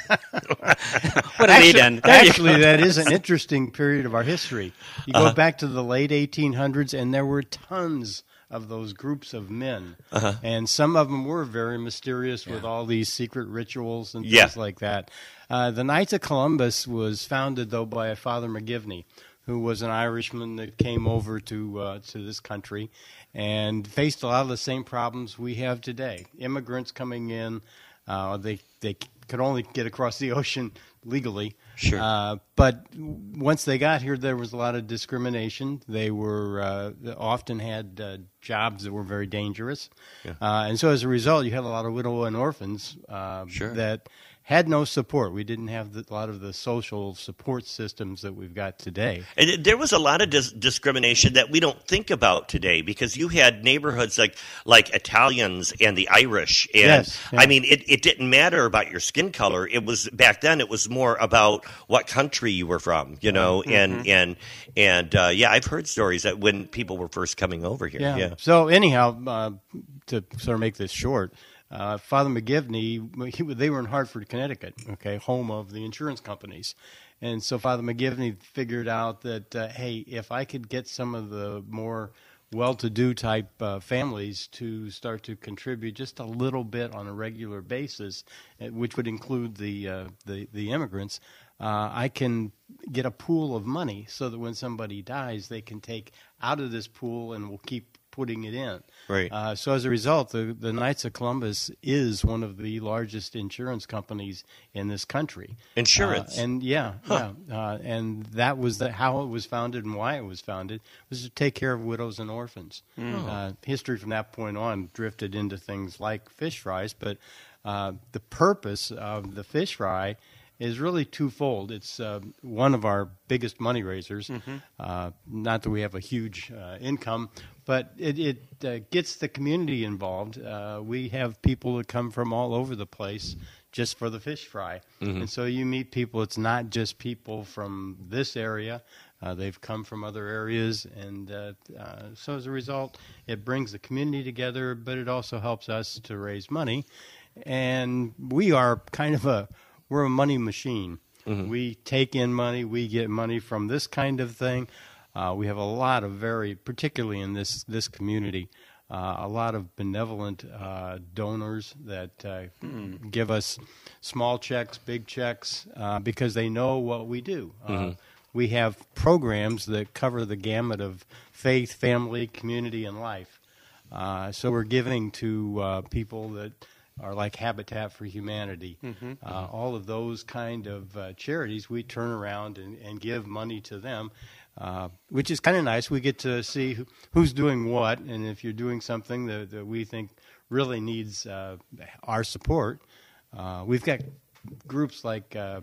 What a Actually, lead in. There you actually, that is an interesting period of our history. You go back to the late 1800s, and there were tons of those groups of men, and some of them were very mysterious with all these secret rituals and Yeah. things like that. Uh, the Knights of Columbus was founded though by Father McGivney, who was an Irishman that came over to uh, to this country and faced a lot of the same problems we have today. Immigrants coming in, uh, they they c- could only get across the ocean legally. Sure. Uh, but w- once they got here, there was a lot of discrimination. They were uh, they often had uh, jobs that were very dangerous, uh, and so as a result, you had a lot of widow and orphans uh, Sure. that had no support. We didn't have the, a lot of the social support systems that we've got today. And it- there was a lot of dis- discrimination that we don't think about today because you had neighborhoods like like Italians and the Irish, and Yes, yeah. I mean, it, it didn't matter about your skin color. It was back then. It was more about what country you were from, you know, Mm-hmm. and and and uh, yeah, I've heard stories that when people were first coming over here, yeah, So anyhow, uh, to sort of make this short, uh, Father McGivney, he, they were in Hartford, Connecticut, okay, home of the insurance companies, and so Father McGivney figured out that uh, hey, if I could get some of the more well-to-do type uh, families to start to contribute just a little bit on a regular basis, uh, which would include the uh, the, the immigrants. Uh, I can get a pool of money so that when somebody dies, they can take out of this pool and we'll keep putting it in. Right. Uh, so as a result, the, the Knights of Columbus is one of the largest insurance companies in this country. Insurance. Uh, and yeah, yeah. Uh, and that was the, how it was founded and why it was founded was to take care of widows and orphans. Hmm. Uh, history from that point on drifted into things like fish fries, but uh, the purpose of the fish fry is really twofold. It's uh, one of our biggest money raisers. Uh, not that we have a huge uh, income, but it, it uh, gets the community involved. Uh, we have people that come from all over the place just for the fish fry. And so you meet people, it's not just people from this area. Uh, they've come from other areas, and uh, uh, so as a result, it brings the community together, but it also helps us to raise money. And we are kind of a we're a money machine. We take in money, we get money from this kind of thing. Uh, we have a lot of very, particularly in this this community, uh, a lot of benevolent uh, donors that uh, give us small checks, big checks, uh, because they know what we do. Uh, we have programs that cover the gamut of faith, family, community, and life. Uh, so we're giving to uh, people that are like Habitat for Humanity. Uh, all of those kind of uh, charities, we turn around and, and give money to them, uh, which is kind of nice. We get to see who, who's doing what, and if you're doing something that, that we think really needs uh, our support, uh, we've got groups like. Uh,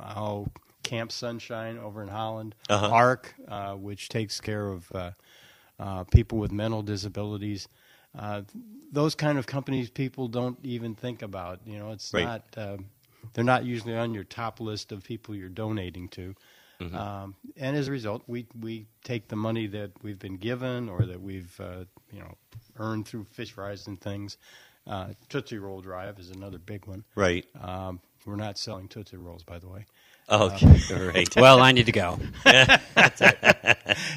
oh, Camp Sunshine over in Holland, ARC, uh, which takes care of uh, uh, people with mental disabilities. Uh, those kind of companies people don't even think about. You know, it's Right. not, uh, they're not usually on your top list of people you're donating to. Um, and as a result, we, we take the money that we've been given or that we've, uh, you know, earned through fish fries and things. Uh, Tootsie Roll Drive is another big one. right. Um, we're not selling Tootsie Rolls, by the way. Okay, uh, right. Well, I need to go.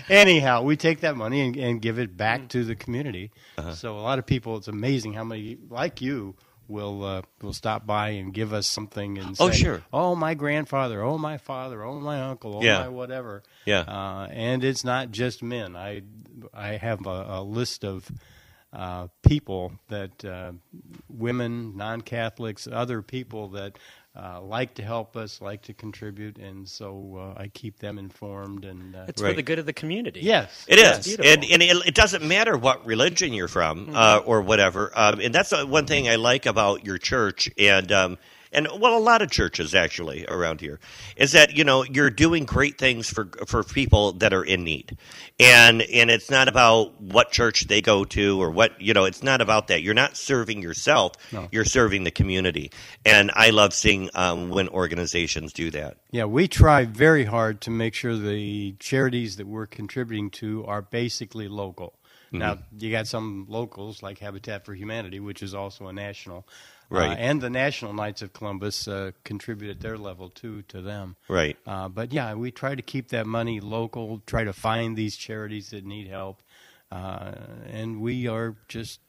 Anyhow, we take that money and, and give it back Mm. to the community. Uh-huh. So a lot of people, it's amazing how many like you will uh, will stop by and give us something and Oh, say, sure. "Oh, my grandfather, oh my father, oh my uncle, oh Yeah. my whatever." Yeah. Uh, and it's not just men. I I have a, a list of uh, people that uh, women, non Catholics, other people that uh, like to help us, like to contribute, and so uh, I keep them informed and. Uh, It's for Right. the good of the community. Yes, It yes. is, and, and it, it doesn't matter what religion you're from uh, or whatever. Um, and that's the one thing I like about your church and um, and well, a lot of churches actually around here is that you know you're doing great things for for people that are in need, and and it's not about what church they go to or what you know. It's not about that. You're not serving yourself. You're serving the community, and I love seeing um, when organizations do that. Yeah, we try very hard to make sure the charities that we're contributing to are basically local. Now, you got some locals like Habitat for Humanity, which is also a national. uh, Right. and the National Knights of Columbus uh, contribute at their level too to them. Right. Uh, but yeah, we try to keep that money local, try to find these charities that need help. Uh, and we are just,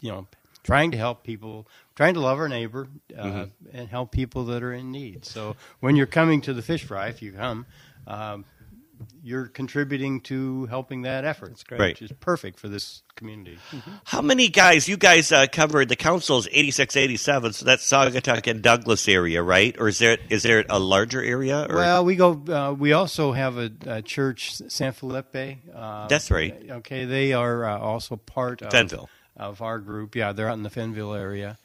you know, trying to help people, trying to love our neighbor uh, Mm-hmm. and help people that are in need. So when you're coming to the fish fry, if you come, um, you're contributing to helping that effort. That's great. Right. Which is perfect for this community. How many guys, you guys uh, covered the council's 86, 87, so that's Saugatuck and Douglas area, right? Or is there is there a larger area? Or? Well, we go. Uh, we also have a, a church, San Felipe. Uh, That's right. Okay, they are uh, also part of Fenville. of our group. Yeah, they're out in the Fenville area.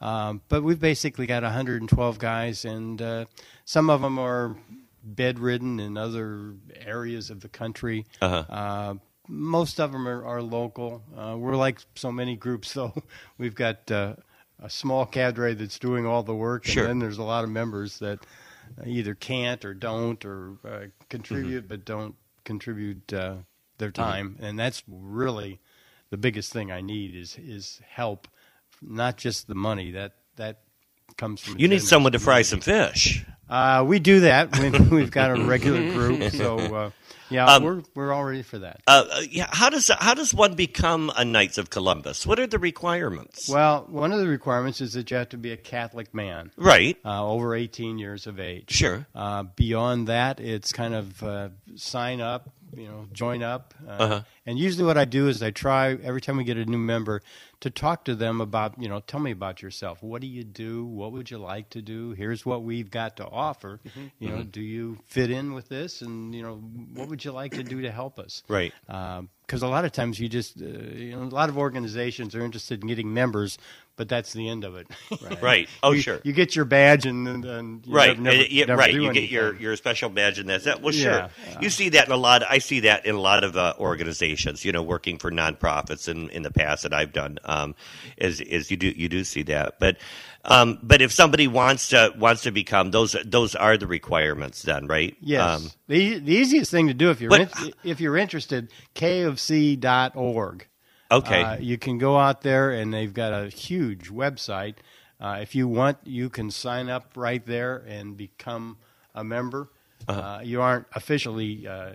Um, but we've basically got 112 guys, and uh, some of them are bedridden in other areas of the country. Uh-huh. Uh, most of them are, are local. Uh, we're like so many groups, though. We've got uh, a small cadre that's doing all the work, Sure. and then there's a lot of members that uh, either can't or don't or uh, contribute Mm-hmm. but don't contribute uh, their time, and that's really the biggest thing I need is is help, not just the money that that comes from. you need attendance. someone to fry some fish. Uh, we do that. We, we've got a regular group, so uh, yeah, Um, we're we're all ready for that. Uh, uh, yeah, how does how does one become a Knights of Columbus? What are the requirements? Well, one of the requirements is that you have to be a Catholic man, right, uh, over 18 years of age. sure. Uh, beyond that, it's kind of uh, sign up, you know, join up. Uh, Uh-huh. And usually, what I do is I try every time we get a new member to talk to them about, you know, tell me about yourself. What do you do? What would you like to do? Here's what we've got to offer. You know, do you fit in with this? And you know, what would you like to do to help us? Right. Because Um, a lot of times you just, uh, you know, a lot of organizations are interested in getting members, but that's the end of it. Right. Right. Oh, You- sure. You get your badge and then and you right. never- never- Uh, yeah, never right. do You get your, anything. your special badge and that's it. Well, sure. Yeah. you see that in a lot. I see that in a lot of uh, organizations. You know, working for nonprofits in in the past that I've done um, is is you do you do see that. But um, but if somebody wants to wants to become those those are the requirements then, right? Yes. Um, the, the easiest thing to do if you're But- in, if you're interested, kofc.org. Um, okay. Uh, you can go out there and they've got a huge website. Uh, if you want, you can sign up right there and become a member. Uh-huh. Uh, you aren't officially uh,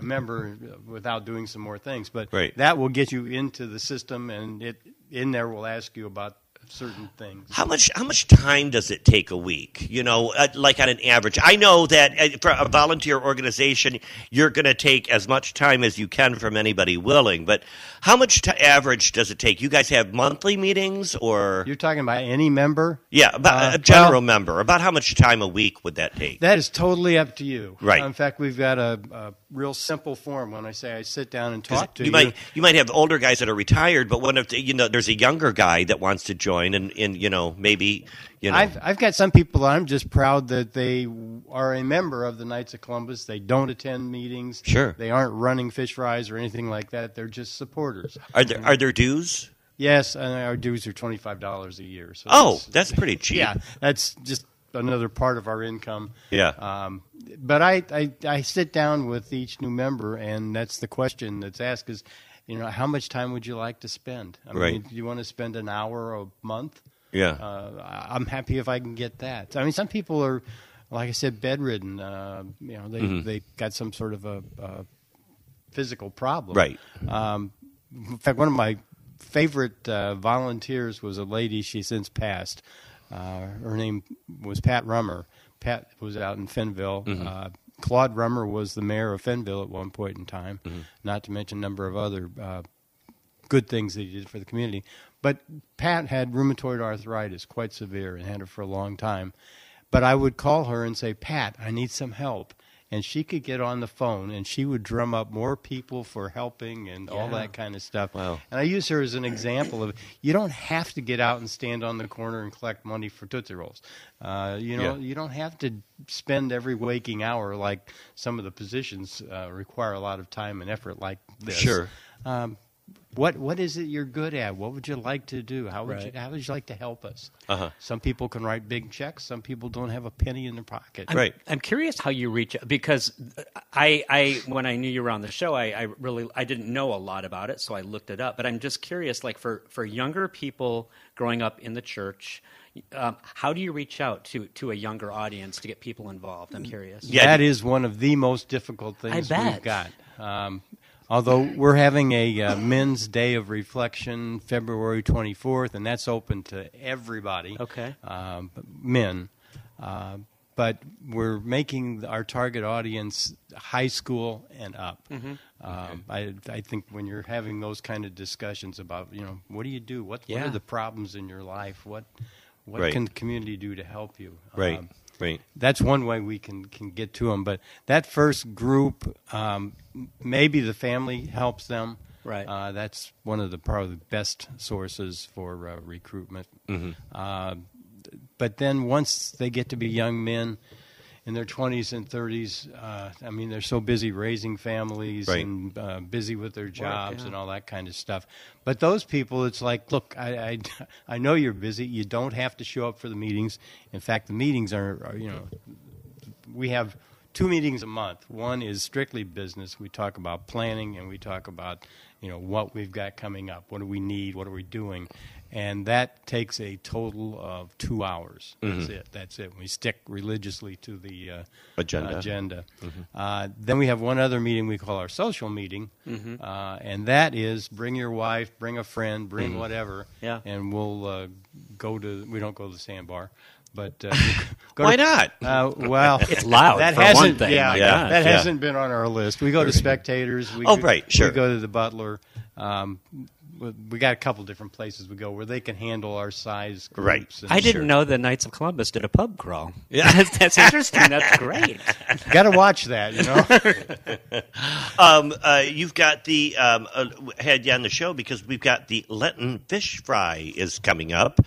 a member without doing some more things, but Right. that will get you into the system, and it in there will ask you about certain things. How much how much time does it take a week? You know, uh, like on an average. I know that uh, for a volunteer organization, you're going to take as much time as you can from anybody willing. But how much t- average does it take? You guys have monthly meetings, or You're talking about any member? yeah, about, Uh, a general well- member. About how much time a week would that take? That is totally up to you. Right. In fact, we've got a, a real simple form. When I say I sit down and 'Cause talk to you you, might you might have older guys that are retired, but one of the, you know there's a younger guy that wants to join, and, and you know maybe you know I've I've got some people that I'm just proud that they are a member of the Knights of Columbus. They don't attend meetings. Sure. They aren't running fish fries or anything like that. They're just supporters. are there are there dues? Yes, and our dues are twenty five dollars a year. So Oh, that's- that's pretty cheap. yeah, that's just another part of our income. Yeah. Um, but I, I I sit down with each new member, and that's the question that's asked is, you know, how much time would you like to spend? I mean, Right. do you want to spend an hour a month? yeah. Uh, I- I'm happy if I can get that. I mean, some people are, like I said, bedridden. Uh, you know, they they got some sort of a, a physical problem. Right. Um, in fact, one of my favorite uh, volunteers was a lady. She since passed. Uh, her name was Pat Rummer. Pat was out in Fennville. Uh, Claude Rummer was the mayor of Fennville at one point in time, not to mention a number of other uh, good things that he did for the community. But Pat had rheumatoid arthritis, quite severe, and had it for a long time. But I would call her and say, Pat, I need some help. And she could get on the phone and she would drum up more people for helping and all that kind of stuff. Wow. And I use her as an example of you don't have to get out and stand on the corner and collect money for Tootsie Rolls. Uh, you know, Yeah. you don't have to spend every waking hour like some of the positions uh, require a lot of time and effort like this Sure. um, what what is it you're good at? What would you like to do? How would Right. you how would you like to help us? Uh-huh. Some people can write big checks. Some people don't have a penny in their pocket. I'm- Right. I'm curious how you reach because I, I when I knew you were on the show, I, I really I didn't know a lot about it, so I looked it up. But I'm just curious, like for for younger people growing up in the church, um, how do you reach out to to a younger audience to get people involved? I'm curious. Yeah, that d- is one of the most difficult things bet. we've got. Um, although we're having a uh, men's day of reflection February 24th, and that's open to everybody. Okay. um, men. Uh, but we're making our target audience high school and up. Um, I, I think when you're having those kind of discussions about, you know, what do you do? What, what Yeah. are the problems in your life? What, what Right. can the community do to help you? Right. Um, right. that's one way we can, can get to them. But that first group, um, m- maybe the family helps them. Right. Uh, that's one of the probably the best sources for uh, recruitment. Uh, but then once they get to be young men in their 20s and 30s, uh, I mean, they're so busy raising families Right. and uh, busy with their jobs and all that kind of stuff. But those people, it's like, look, I, I, I know you're busy. You don't have to show up for the meetings. In fact, the meetings are, are you know, we have two meetings a month. One is strictly business. We talk about planning and we talk about, you know, what we've got coming up. What do we need? What are we doing? And that takes a total of two hours. That's it. That's it. We stick religiously to the uh, Agenda. Agenda. Uh, then we have one other meeting we call our social meeting, uh, and that is bring your wife, bring a friend, bring whatever, Yeah. and we'll uh, go to. We don't go to the sandbar, but uh, go Why to- not? uh, well, It's loud, That for one hasn't, thing. yeah, My God, that yeah. hasn't been on our list. We go to spectators. We Oh, go, right, sure. We go to the Butler. Um, we, we got a couple different places we go where they can handle our size Right. groups. and- I didn't Sure. know the Knights of Columbus did a pub crawl. Yeah. that's, that's interesting. That's great. Got to watch that, you know. Um, uh, you've got the um, uh, had you on the show because we've got the Lenten fish fry is coming up,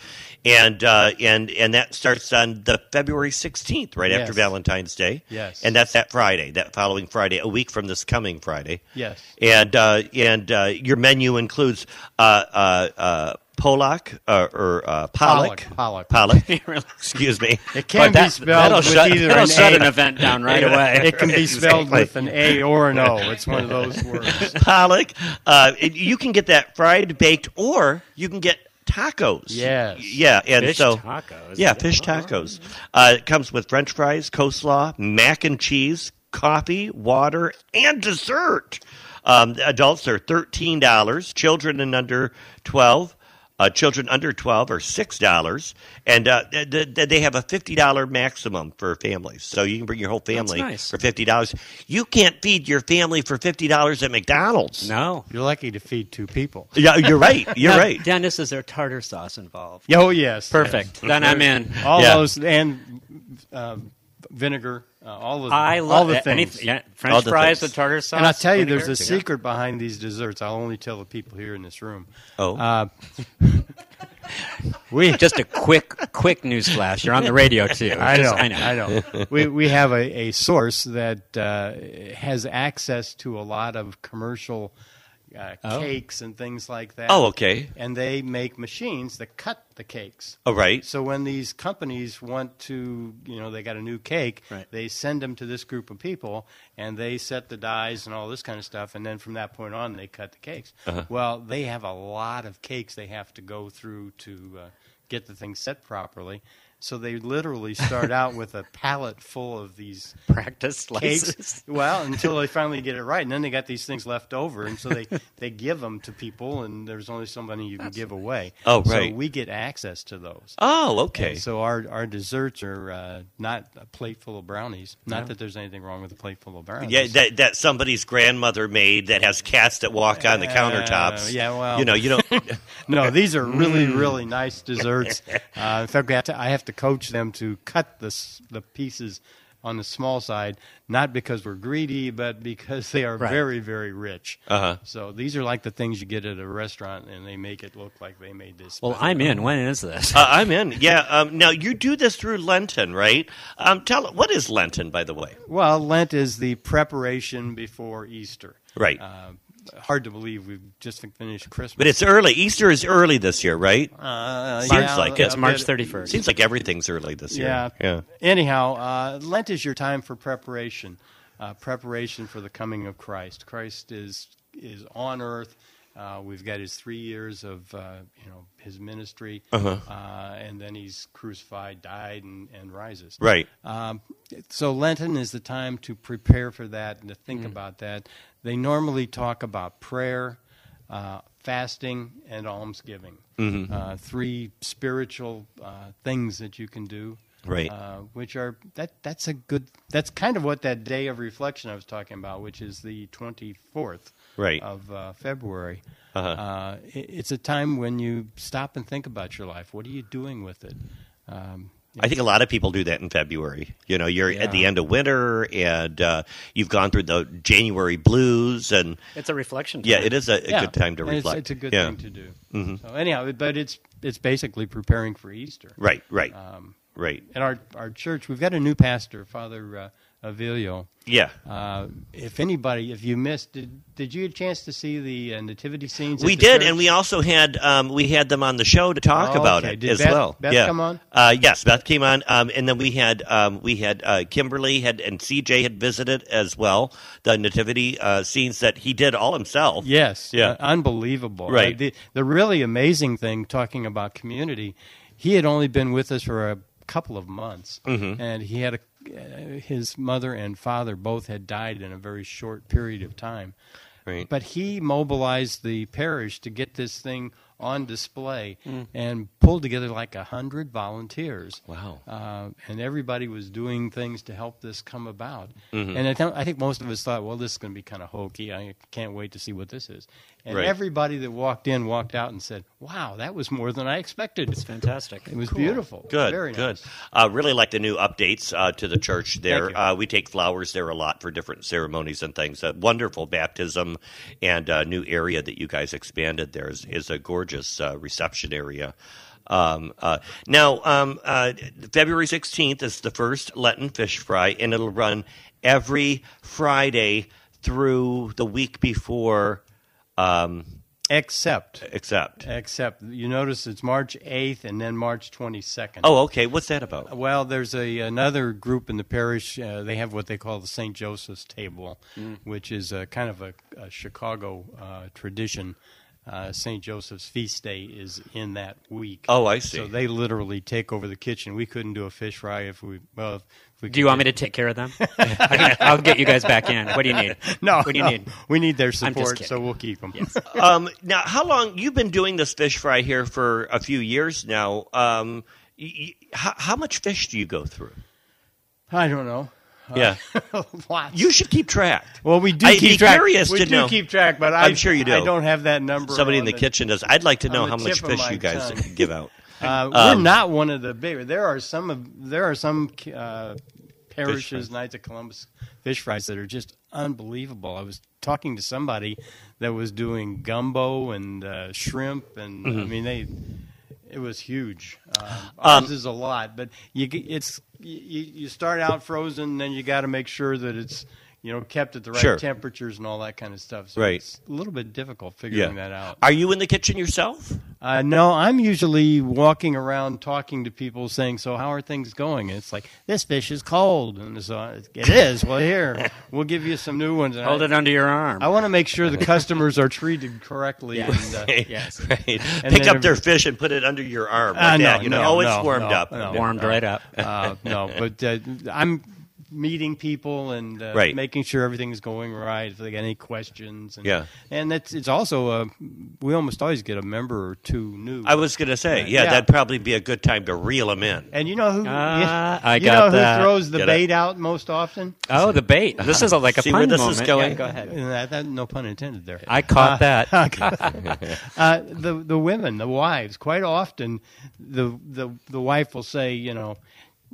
and uh, and and that starts on the February sixteenth, right after Yes. Valentine's Day. Yes. and that's that Friday, that following Friday, a week from this coming Friday. Yes. and uh, and uh, your menu includes uh, uh, uh, pollock uh, or uh, pollock, Pollock, pollock. Pollock. Excuse me. It can But be that- spelled with shut- either That'll an shut A. an event down right away. It can be spelled Exactly. with an A or an O. It's one of those words. pollock. Uh, it- you can get that fried, baked, or you can get tacos. Yes. Yeah, and Fish so tacos. Oh, Yeah, fish tacos. Uh, it comes with French fries, coleslaw, mac and cheese, coffee, water, and dessert. Um, adults are thirteen dollars. Children and under twelve. Uh, children under 12 are $6, and uh, th- th- they have a $50 maximum for families. So you can bring your whole family nice. for $50. You can't feed your family for $50 at McDonald's. No. You're lucky to feed two people. Yeah, you're right. You're Now, Uh, right. Dennis, is there tartar sauce involved? Oh yes, Perfect. Then I'm in. yes. All Yeah. those and uh, vinegar, uh, all the I love all the things. anything. Yeah, French the fries things. with tartar sauce. And I'll tell you, vinegar. there's a secret behind these desserts. I'll only tell the people here in this room. Oh. Uh, we, Just a quick, quick news flash. You're on the radio too. I know, Just- I know, I know. we we have a, a source that uh, has access to a lot of commercial uh, cakes and things like that. Oh, okay. And they make machines that cut the cakes. All Oh, right. So when these companies want to, you know, they got a new cake, Right. they send them to this group of people, and they set the dies and all this kind of stuff, and then from that point on, they cut the cakes. Well, they have a lot of cakes they have to go through to uh, get the thing set properly. So they literally start out with a pallet full of these Practice slices. cakes. Well, until they finally get it right, and then they got these things left over, and so they they give them to people, and there's only so many you can give away. Oh, right. So we get access to those. Oh, okay. And so our our desserts are uh, not a plate full of brownies. Not that there's anything wrong with a plate full of brownies. Yeah, that that somebody's grandmother made that has cats that walk on the countertops. Uh, yeah, well- you know, you don't. uh, no, these are really Mm. really nice desserts. Uh, in fact, we have to, I have to coach them to cut the s- the pieces. On the small side, not because we're greedy, but because they are Right. very, very rich. Uh-huh. So these are like the things you get at a restaurant, and they make it look like they made this. Well, I'm in. When is this? uh, I'm in. Yeah. Um, now you do this through Lenten, right? Um, tell what is Lenten, by the way? Well, Lent is the preparation before Easter. Right. Uh, hard to believe we've just finished Christmas. but it's early. Easter is early this year, right? uh, Seems like it. it's a March bit- 31st. Seems like everything's early this year. Yeah. Yeah. Anyhow, uh, Lent is your time for preparation, uh, preparation for the coming of Christ. Christ is is on earth. Uh, we've got his three years of uh, you know his ministry, Uh-huh. uh and then he's crucified, died, and, and rises. Right. Um, so Lenten is the time to prepare for that and to think Mm. about that. They normally talk about prayer, uh, fasting, Mm-hmm. and almsgiving. Uh, three spiritual uh, things that you can do Right. uh, which are that that's a good that's kind of what that day of reflection I was talking about, which is the 24th Right. Uh-huh. of uh, February. Uh, i it's a time when you stop and think about your life. What are you doing with it? Um, I think a lot of people do that in February. You know, you're at the Yeah. end of winter and uh, you've gone through the January blues, and It's a reflection. yeah, time. it is a, a yeah, good time to and it's- reflect. It's, a good yeah. Mm-hmm. thing to do. So anyhow, but it's it's basically preparing for Easter. Right, right, Um, right. in our our church, we've got a new pastor, Father uh, Avilio. Yeah. Uh, if anybody, if you missed, did did you get a chance to see the uh, nativity scenes? at we the did, church? and we also had um, we had them on the show to talk Oh, about okay. it Did as Beth- well. Beth yeah. come on? Uh, yes, Beth came on, um, and then we had um, we had uh, Kimberly had and CJ had visited as well the nativity uh, scenes that he did all himself. Yes. Yeah. uh, unbelievable. Right. Uh, the, the really amazing thing, talking about community, he had only been with us for a couple of months, Mm-hmm. and he had a, uh, his mother and father both had died in a very short period of time. Right. But he mobilized the parish to get this thing on display Mm. and pulled together like a hundred volunteers. Wow. Uh, and everybody was doing things to help this come about. Mm-hmm. And I, th- I think most of us thought, well, this is going to be kind of hokey. I can't wait to see what this is. And Right. everybody that walked in walked out and said, wow, that was more than I expected. It's fantastic. It was beautiful. Good, Very good. nice. Uh, really like the new updates uh, to the church there. you. Uh, we take flowers there a lot for different ceremonies and things. A wonderful baptism and uh, new area that you guys expanded there is, is a gorgeous uh, reception area. Um, uh, now, um, uh, February 16th is the first Lenten fish fry, and it'll run every Friday through the week before, um, Except, except. except, you notice it's March 8th and then March 22nd. Oh, okay. What's that about? Well, there's a another group in the parish. Uh, they have what they call the St. Joseph's Table, Mm. which is a kind of a, a Chicago uh, tradition. Uh, St. Joseph's feast day is in that week. Oh, I see. So they literally take over the kitchen. We couldn't do a fish fry if we well. If we Do you want me to take care of them? I can, I'll get you guys back in. What do you need? No, What do you no. need? We need their just support, so kidding. we'll keep them. um, now, how long you've been doing this fish fry here for a few years now? Um, y- y- how, how much fish do you go through? I don't know. yeah, Lots. you should keep track. well, we do I'd keep be track. curious we to do know. keep track, but I, I'm sure you do. I don't have that number. Somebody in on the kitchen does. I'd like to know on how the much tip of fish my you guys tongue. give out. Uh, Um, we're not one of the bigger. There are some of there are some uh, parishes, fries. Knights of Columbus fish fries that are just unbelievable. I was talking to somebody that was doing gumbo and uh, shrimp, and Mm-hmm. I mean they. It was huge. Uh, Um, ours is a lot, but you g- it's you, you you start out frozen, then you got to make sure that it's you know kept at the right Sure. temperatures and all that kind of stuff. So Right. it's a little bit difficult Yeah. figuring that out. Are you in the kitchen yourself? Uh, no, I'm usually walking around talking to people saying, So, how are things going? And it's like, This fish is cold. And so it is. Well, here, we'll give you some new ones. And Hold I, it under your arm. I want to make sure the customers are treated correctly. And, uh, Yes. right. Pick then up their every- fish and put it under your arm. Like Ah, no, that, you know, no, oh, it's no, warmed no, up. no. Warmed right up. uh, no, but uh, I'm meeting people and uh, Right. making sure everything's going right. If they got any questions, and, Yeah. and that's it's also uh we almost always get a member or two new. I was going to say, yeah, Yeah. that'd probably be a good time to reel them in. and you know who? Ah, I you got know who that. throws the Get it. bait out most often? Oh, the bait. This is a, like a See pun where this moment. is going? Yeah, go ahead. Uh, that- that- no pun intended there. I caught that. Uh, the the women, the wives, quite often, the the the wife will say, you know,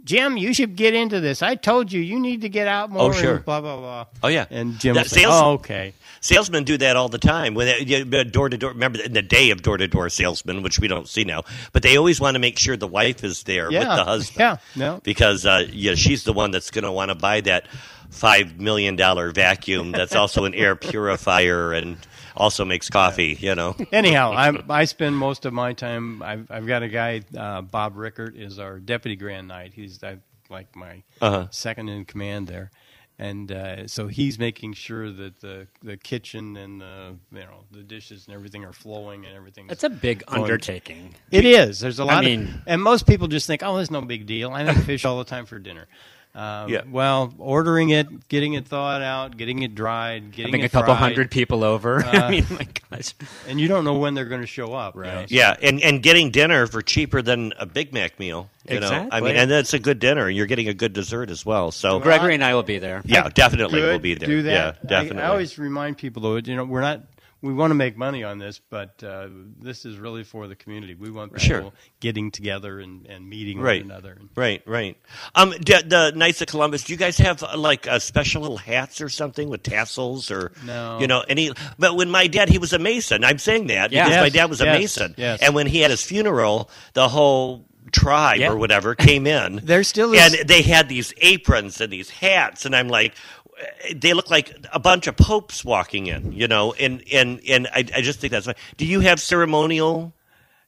Jim, you should get into this. I told you, you need to get out more. and Oh, sure. blah blah blah. Oh, yeah. And Jim, That will say, sales- oh okay. Salesmen do that all the time. When they- you know, door to door, remember in the day of door to door salesmen, which we don't see now, but they always want to make sure the wife is there Yeah. with the husband. Yeah. No. because uh, yeah, she's the one that's going to want to buy that five million dollar vacuum that's also an air purifier and also makes coffee. You know, Anyhow, I I spend most of my time. I've I've got a guy, uh, Bob Rickert, is our deputy grand knight. He's I, like my Uh-huh. second in command there, and uh, so he's making sure that the the kitchen and the you know the dishes and everything are flowing and everything. It's a big undertaking. It is. There's a lot. mean- of, and most people just think, oh, it's no big deal. I make fish all the time for dinner. Um, Yeah. Well, ordering it, getting it thawed out, getting it dried, getting I think it a couple fried, hundred people over. I mean, my gosh. and you don't know when they're going to show up. you know, Right. so- Yeah, and, and getting dinner for cheaper than a Big Mac meal. You know, I mean, Exactly. and that's a good dinner, and you're getting a good dessert as well. So, Gregory and I will be there. yeah, definitely Good, we'll be there. Do that. Yeah, I- definitely. I, always remind people though, you know, we're not. We want to make money on this, but uh, this is really for the community. We want people Sure. getting together and, and meeting Right. one another. Right, right. Um, d- the Knights of Columbus. Do you guys have uh, like uh, special little hats or something with tassels or No. You know, any? But when my dad, he was a Mason. I'm saying that Yeah. because my Yes, dad was a yes, Mason, yes. and when he had his funeral, the whole tribe Yeah. or whatever came in. There still is- and they had these aprons and these hats, and I'm like. uh, They look like a bunch of popes walking in, you know, and and and I, I just think that's fine. Do you have ceremonial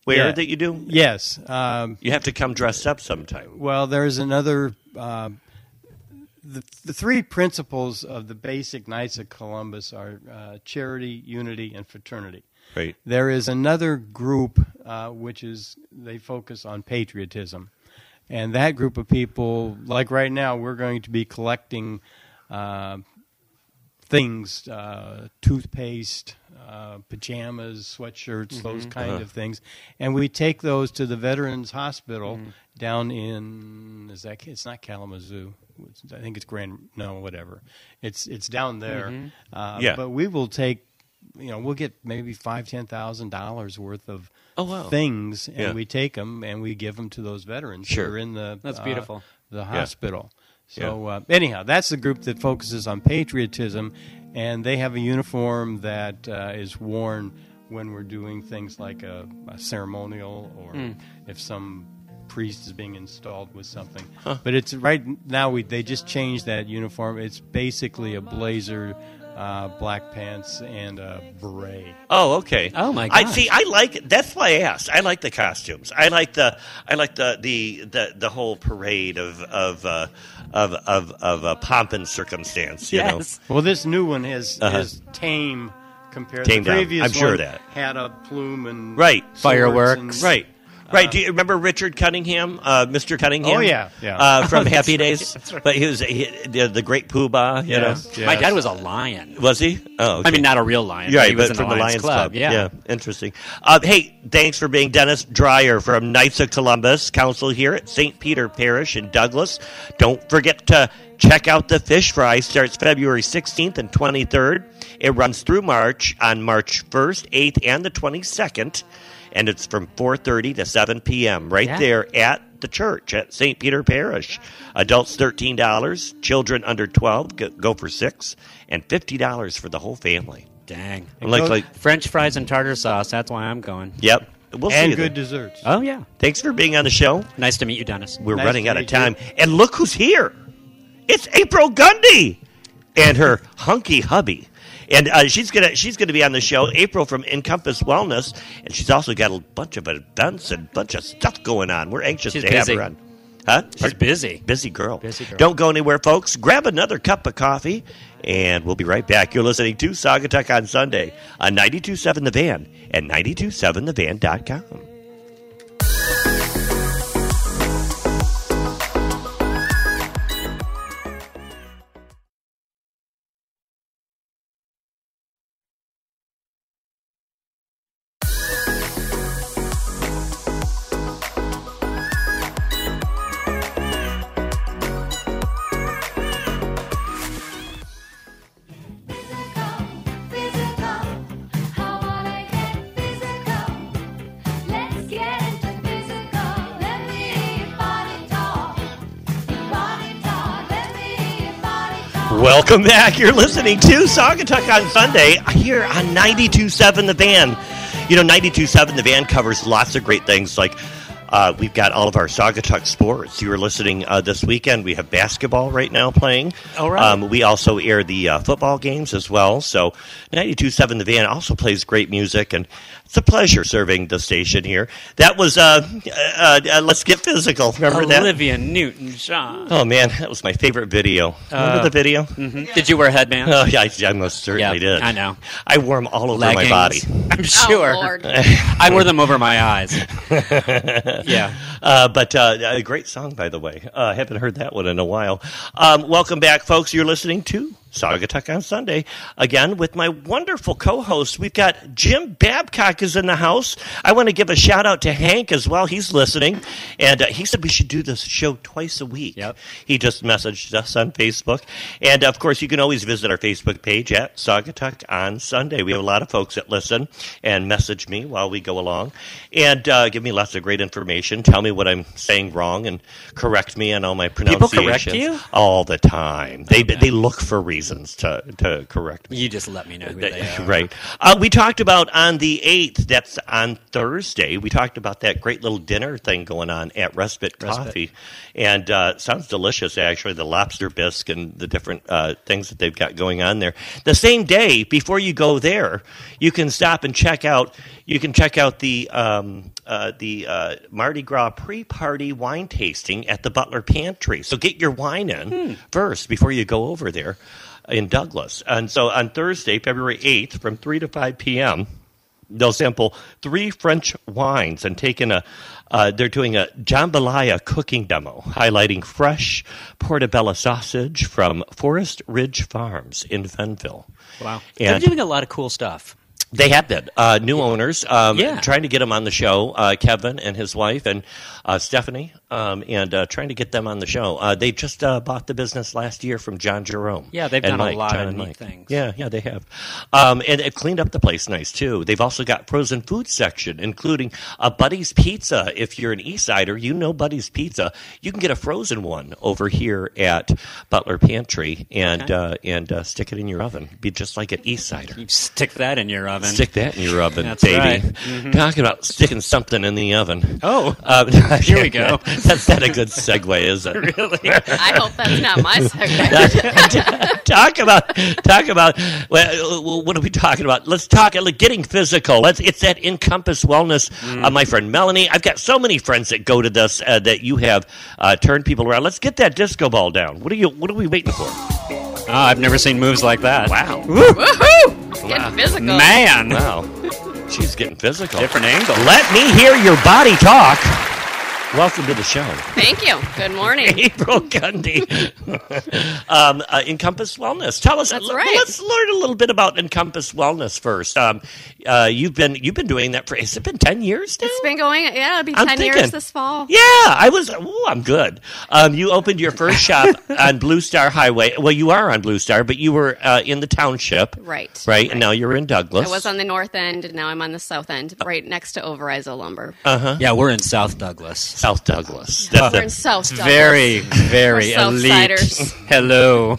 wear Yeah. that you do? Yes. Um, You have to come dressed up sometime. well, there's another. Um, the, the three principles of the basic Knights of Columbus are uh, charity, unity, and fraternity. Right. There is another group uh, which is they focus on patriotism, and that group of people, like right now, we're going to be collecting uh, things, uh, toothpaste, uh, pajamas, sweatshirts, those kind of things, and we take those to the Veterans Hospital down in is that it's not Kalamazoo. It's- I think it's Grand. No, whatever. It's it's down there. Uh, Yeah. But we will take you know we'll get maybe five ten thousand dollars worth of Oh, wow. things and Yeah. we take them and we give them to those veterans Sure. who are in the That's uh, beautiful. the hospital so uh, anyhow that's the group that focuses on patriotism and they have a uniform that uh, is worn when we're doing things like a, a ceremonial or Hmm. if some priest is being installed with something but it's right now we they just changed that uniform it's basically a blazer uh, black pants and a beret Oh, okay. Oh, my I gosh. see. I like. That's why I asked. I like the costumes. I like the. I like the the the, the whole parade of of uh, of of of uh, pomp and circumstance. You Yes. Well, this new one is Uh-huh. is tame compared Tame to the down. previous I'm sure one that. had a plume and know. Right. swords Fireworks. and- Right. Um, Right. Do you remember Richard Cunningham, uh, Mr. Cunningham? Oh, yeah, yeah. Uh, from Happy Days. But he was he, the, the great Pooh Bah. You Yes, know, yes. My dad was a lion. was he? Oh, okay. I mean, not a real lion. Yeah, he was but in from the Lions, Club. Yeah. interesting. Uh, hey, thanks for being Dennis Dreyer from Knights of Columbus Council here at St. Peter Parish in Douglas. Don't forget to check out the fish fry. Starts February 16th and 23rd. It runs through March on March 1st, 8th, and the 22nd, and it's from 4:30 to 7 p.m. right Yeah. there at the church at St. Peter Parish. Adults $13, children under 12 go- go for 6 and $50 for the whole family. Dang. Like, Coach- like, French fries and tartar sauce. That's why I'm going. yep. We'll see and you good then. desserts. Oh, yeah. Thanks for being on the show. Nice to meet you, Dennis. We're Nice running to out of meet you. time. And look who's here. It's April Gundy and her hunky hubby. And uh, she's gonna she's gonna be on the show. April from Encompass Wellness, and she's also got a bunch of events and bunch of stuff going on. We're anxious She's to busy. have her on. Huh? She's busy. Busy girl. Busy girl. Don't go anywhere, folks. Grab another cup of coffee, and we'll be right back. You're listening to Sagatuck on Sunday on 92.7 The Van and 92.7thevan.com. Welcome back. You're listening to Saugatuck on Sunday here on 92.7 The Van. You know, 92.7 The Van covers lots of great things. Like, uh, we've got all of our Saugatuck sports. You were listening uh, this weekend. We have basketball right now playing. All right. Um, we also air the uh, football games as well. So, 92.7 The Van also plays great music, and it's a pleasure serving the station here. That was uh, uh, uh, Let's Get Physical. Remember that? Olivia Newton John. Oh, man, that was my favorite video. Uh, Remember the video? Did you wear a headband? Oh yeah, I, I most certainly Yeah, did. I know. I wore them all over my Leggings. body. I'm sure. Lord. I wore them over my eyes. yeah. Uh, but uh, a great song, by the way. Uh, haven't heard that one in a while. Um, welcome back, folks. You're listening to Saga Tuck on Sunday again with my wonderful co-host. We've got Jim Babcock is in the house. I want to give a shout out to Hank as well. He's listening, and uh, he said we should do this show twice a week. Yep. He just messaged us on Facebook, and of course, you can always visit our Facebook page at Saga Tuck on Sunday. We have a lot of folks that listen and message me while we go along, and uh, give me lots of great information. Tell me what I'm saying wrong and correct me on all my People correct pronunciations. you? all the time. They they look for reasons to to correct me. You just let me know who they are. Right. Uh, we talked about on the 8th, that's on Thursday, we talked about that great little dinner thing going on at Respite Respite. Coffee. And uh, sounds delicious, actually, the lobster bisque and the different uh, things that they've got going on there. The same day, before you go there, you can stop and check out, you can check out the, um, uh, the uh, Mardi Gras pre-party wine tasting at the Butler Pantry. So get your wine in first before you go over there in Douglas. And so on Thursday, February 8th, from 3 to 5 p.m., they'll sample three French wines and take in a, uh, they're doing a jambalaya cooking demo highlighting fresh portobello sausage from Forest Ridge Farms in Fenville. Wow. And- They're doing a lot of cool stuff. They have been uh, new owners. Um, Yeah. trying to get them on the show. Uh, Kevin and his wife and uh, Stephanie, um, and uh, trying to get them on the show. Uh, they just uh, bought the business last year from John Jerome. Yeah, they've and done a Mike, lot John of and neat Mike. things. Yeah, yeah, they have, um, and it cleaned up the place nice too. They've also got frozen food section, including a Buddy's Pizza. If you're an East Sider, you know Buddy's Pizza. You can get a frozen one over here at Butler Pantry and Okay. uh, and uh, stick it in your oven. Be just like an East Sider. You stick that in your oven. Stick that in your oven, That's baby. right. Mm-hmm. Talking about sticking something in the oven. Oh. Uh, Here we go. That's not a good segue, is it? really? I hope that's not my segment. talk about talk about well, well, what are we talking about let's talk like, getting physical let's it's that encompass wellness Mm. uh, my friend melanie i've got so many friends that go to this uh, that you have uh, turned people around let's get that disco ball down what are you what are we waiting for Oh, I've never seen moves like that. wow Woohoo! Getting physical. Man. wow she's getting physical Different angle. let me hear your body talk welcome to the show Thank you. Good morning. April Gundy. um, uh, Encompass Wellness. Tell us. That's l- right. Let's learn a little bit about Encompass Wellness first. Um, uh, you've been you've been doing that for. Has it been ten years now? It's been going. Yeah, it'll be I'm ten thinking. years this fall. yeah, I was. Oh, I'm good. Um, you opened your first shop on Blue Star Highway. Well, you are on Blue Star, but you were uh, in the township, Right. Right, and now you're in Douglas. I was on the north end, and now I'm on the south end, right next to Overizal Lumber. Yeah, we're in South Douglas. South Douglas. We're That's in it. South. It's Douglas. very, very We're South elite. Siders. Hello.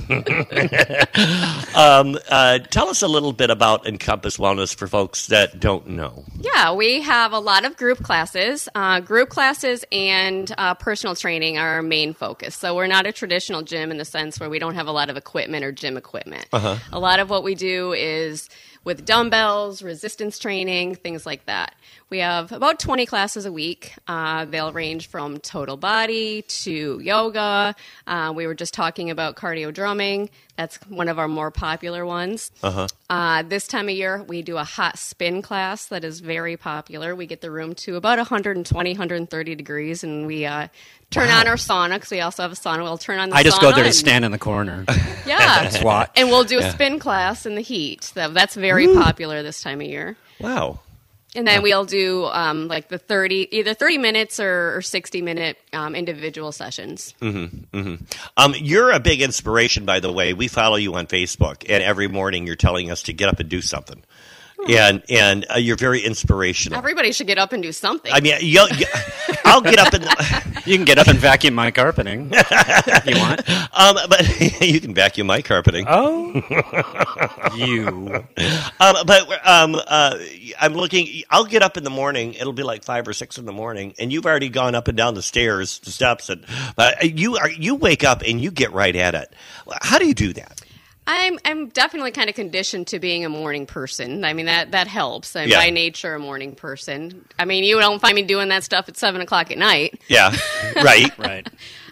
Um, uh, tell us a little bit about Encompass Wellness for folks that don't know. Yeah, we have a lot of group classes. Uh, group classes and uh, personal training are our main focus. So we're not a traditional gym in the sense where we don't have a lot of equipment or gym equipment. A lot of what we do is with dumbbells, resistance training, things like that. We have about 20 classes a week. Uh, they'll range from total body to yoga. Uh, we were just talking about cardio drumming. That's one of our more popular ones. Uh, this time of year, we do a hot spin class that is very popular. We get the room to about 120, 130 degrees, and we uh, turn on our sauna because we also have a sauna. We'll turn on the I just sauna go there to and- stand in the corner. Yeah. Squat. and we'll do a spin class in the heat. So that's very popular this time of year. Wow. And then we'll do um, like the 30, either 30 minutes or, or 60 minute um, individual sessions. Hmm. Um, you're a big inspiration, by the way. We follow you on Facebook, and every morning you're telling us to get up and do something, and and uh, you're very inspirational. Everybody should get up and do something. I mean, you'll, you- I'll get up and You can get up and vacuum my carpeting if you want. um, but you can vacuum my carpeting. Oh. You. Um, but um, uh, I'm looking. I'll get up in the morning. It'll be like five or six in the morning, and you've already gone up and down the stairs, the steps, and uh, you are you wake up and you get right at it. How do you do that? I'm I'm definitely kind of conditioned to being a morning person. I mean that that helps. I'm Yeah. by nature a morning person. I mean you don't find me doing that stuff at seven o'clock at night. Yeah, right. Right.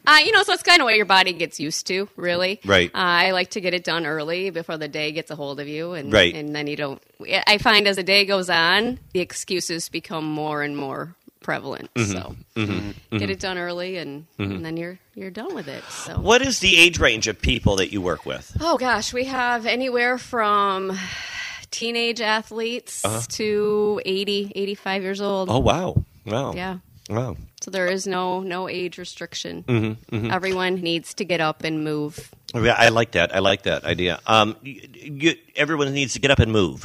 Uh, you know, so it's kind of what your body gets used to, really. Right. Uh, I like to get it done early before the day gets a hold of you, and Right. and then you don't. I find as the day goes on, the excuses become more and more prevalent. Mm-hmm. So get it done early, and, and then you're you're done with it. So What is the age range of people that you work with? Oh gosh, we have anywhere from teenage athletes to 80, 85 years old. Oh wow, wow, Yeah. wow. So there is no no age restriction. Everyone needs to get up and move. Yeah, I like that. I like that idea. Um, you, you, everyone needs to get up and move,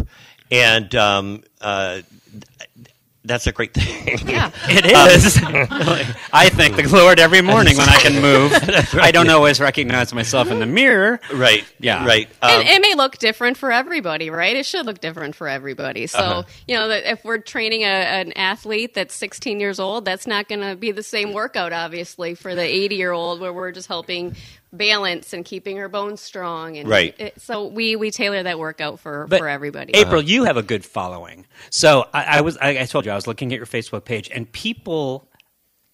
and um, uh, th- that's a great thing. Yeah. It is. I thank the Lord every morning when I can move. I don't always recognize myself in the mirror. right. Yeah. Right. Um, And it may look different for everybody, right? It should look different for everybody. So, you know, that if we're training a, an athlete that's 16 years old, that's not going to be the same workout, obviously, for the 80 year old where we're just helping balance and keeping her bones strong. And Right. it- so we, we tailor that workout for, But for everybody. April, you have a good following. So I, I was, I, I told you, I was looking at your Facebook page, and people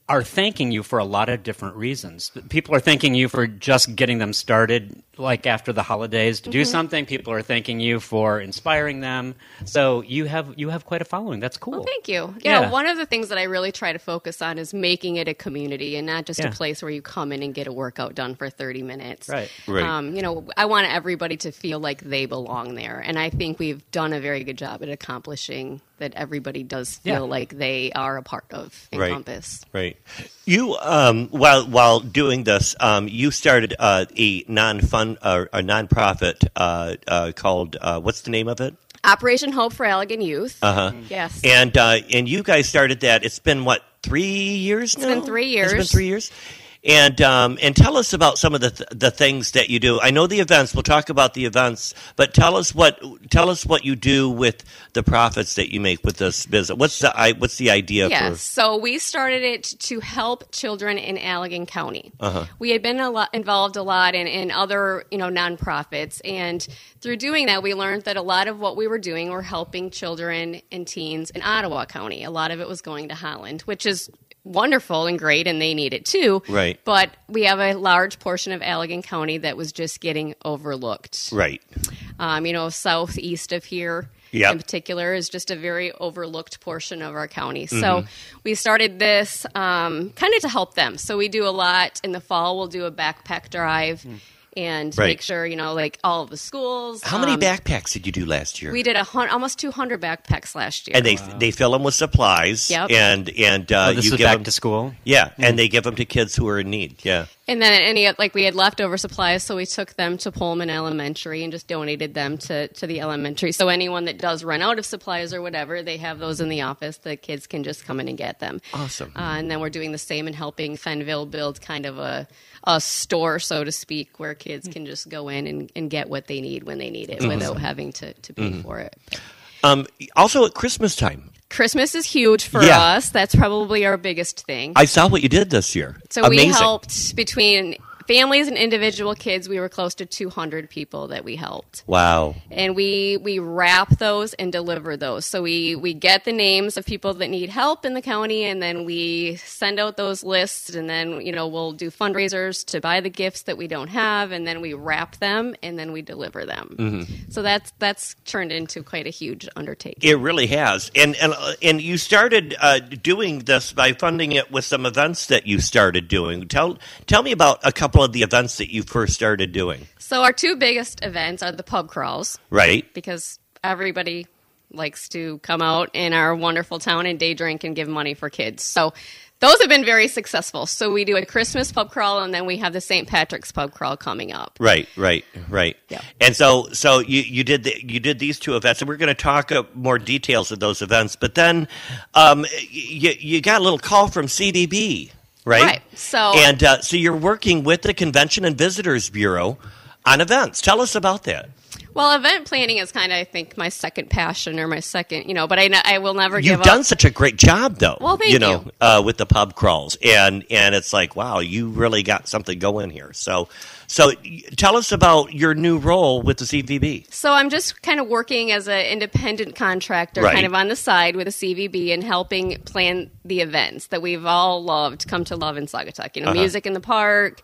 are thanking you for a lot of different reasons. People are thanking you for just getting them started, like after the holidays, to Mm-hmm. do something. People are thanking you for inspiring them. So you have you have quite a following. That's cool. Well, thank you. Yeah, Yeah. one of the things that I really try to focus on is making it a community and not just Yeah. a place where you come in and get a workout done for 30 minutes. Right. Right. Um, you know, I want everybody to feel like they belong there. And I think we've done a very good job at accomplishing that everybody does feel Yeah. like they are a part of Right. Encompass. Right. You um, while while doing this, um, you started uh, a non fun uh, a nonprofit uh, uh, called uh, what's the name of it? Operation Hope for Allegan Youth. Uh-huh. Uh huh. Yes. And uh, and you guys started that. It's been what three years now? been three It's been years. three years. And um, and tell us about some of the th- the things that you do. I know the events. We'll talk about the events, but tell us what tell us what you do with the profits that you make with this business. What's the I, what's the idea Yes. So we started it to help children in Allegan County. Uh-huh. We had been a lot, involved a lot in, in other, you know, nonprofits, and through doing that, we learned that a lot of what we were doing were helping children and teens in Ottawa County. A lot of it was going to Holland, which is wonderful and great, and they need it too. Right. But we have a large portion of Allegan County that was just getting overlooked for right? um, you know, southeast of here Yep. in particular is just a very overlooked portion of our county. So Mm-hmm. we started this um, kind of to help them. So we do a lot in the fall. We'll do a backpack drive and Mm. Right. make sure you know, like all of the schools. How many um, backpacks did you do last year? We did a hun- almost 200 backpacks last year. and they they fill them with supplies. Yep. And and uh, Oh, this you is give back them to school. Hmm. Yeah, and they give them to kids who are in need. Yeah. And then any like we had leftover supplies, so we took them to Pullman Elementary and just donated them to to the elementary. So anyone that does run out of supplies or whatever, they have those in the office. The kids can just come in and get them. Awesome. Uh, and then we're doing the same and helping Fenville build kind of a a store, so to speak, where kids can just go in and, and get what they need when they need it without having to, to Mm-hmm. pay for it. Um, also at Christmas time, Christmas is huge for Yeah. us. That's probably our biggest thing. I saw what you did this year. So Amazing. we helped between families and individual kids. We were close to 200 people that we helped, Wow. and we we wrap those and deliver those. So we we get the names of people that need help in the county, and then we send out those lists, and then you know we'll do fundraisers to buy the gifts that we don't have, and then we wrap them and then we deliver them. So that's that's turned into quite a huge undertaking. Mm-hmm. It really has, and and uh, and you started uh, doing this by funding it with some events that you started doing. Tell tell me about a couple of the events that you first started doing. So our two biggest events are the pub crawls. Right, because everybody likes to come out in our wonderful town and day drink and give money for kids. So those have been very successful. So we do a Christmas pub crawl and then we have the St. Patrick's pub crawl coming up. right, right, right. Yeah. And so so you you did the, you did these two events, and we're going to talk uh, more details of those events. But then, um, you you got a little call from CDB, right? Right. So- and uh, so you're working with the Convention and Visitors Bureau on events. Tell us about that. Well, event planning is kind of I think my second passion or my second, you know, but I n- I will never You've give done up. such a great job, though. Well, thank you know, you. Uh, with the pub crawls, and and it's like, wow, you really got something going here. So, so y- tell us about your new role with the CVB. So I'm just kind of working as an independent contractor, Right. kind of on the side with a CVB and helping plan the events that we've all loved, come to love in Saugatuck. Uh-huh. You know, music in the park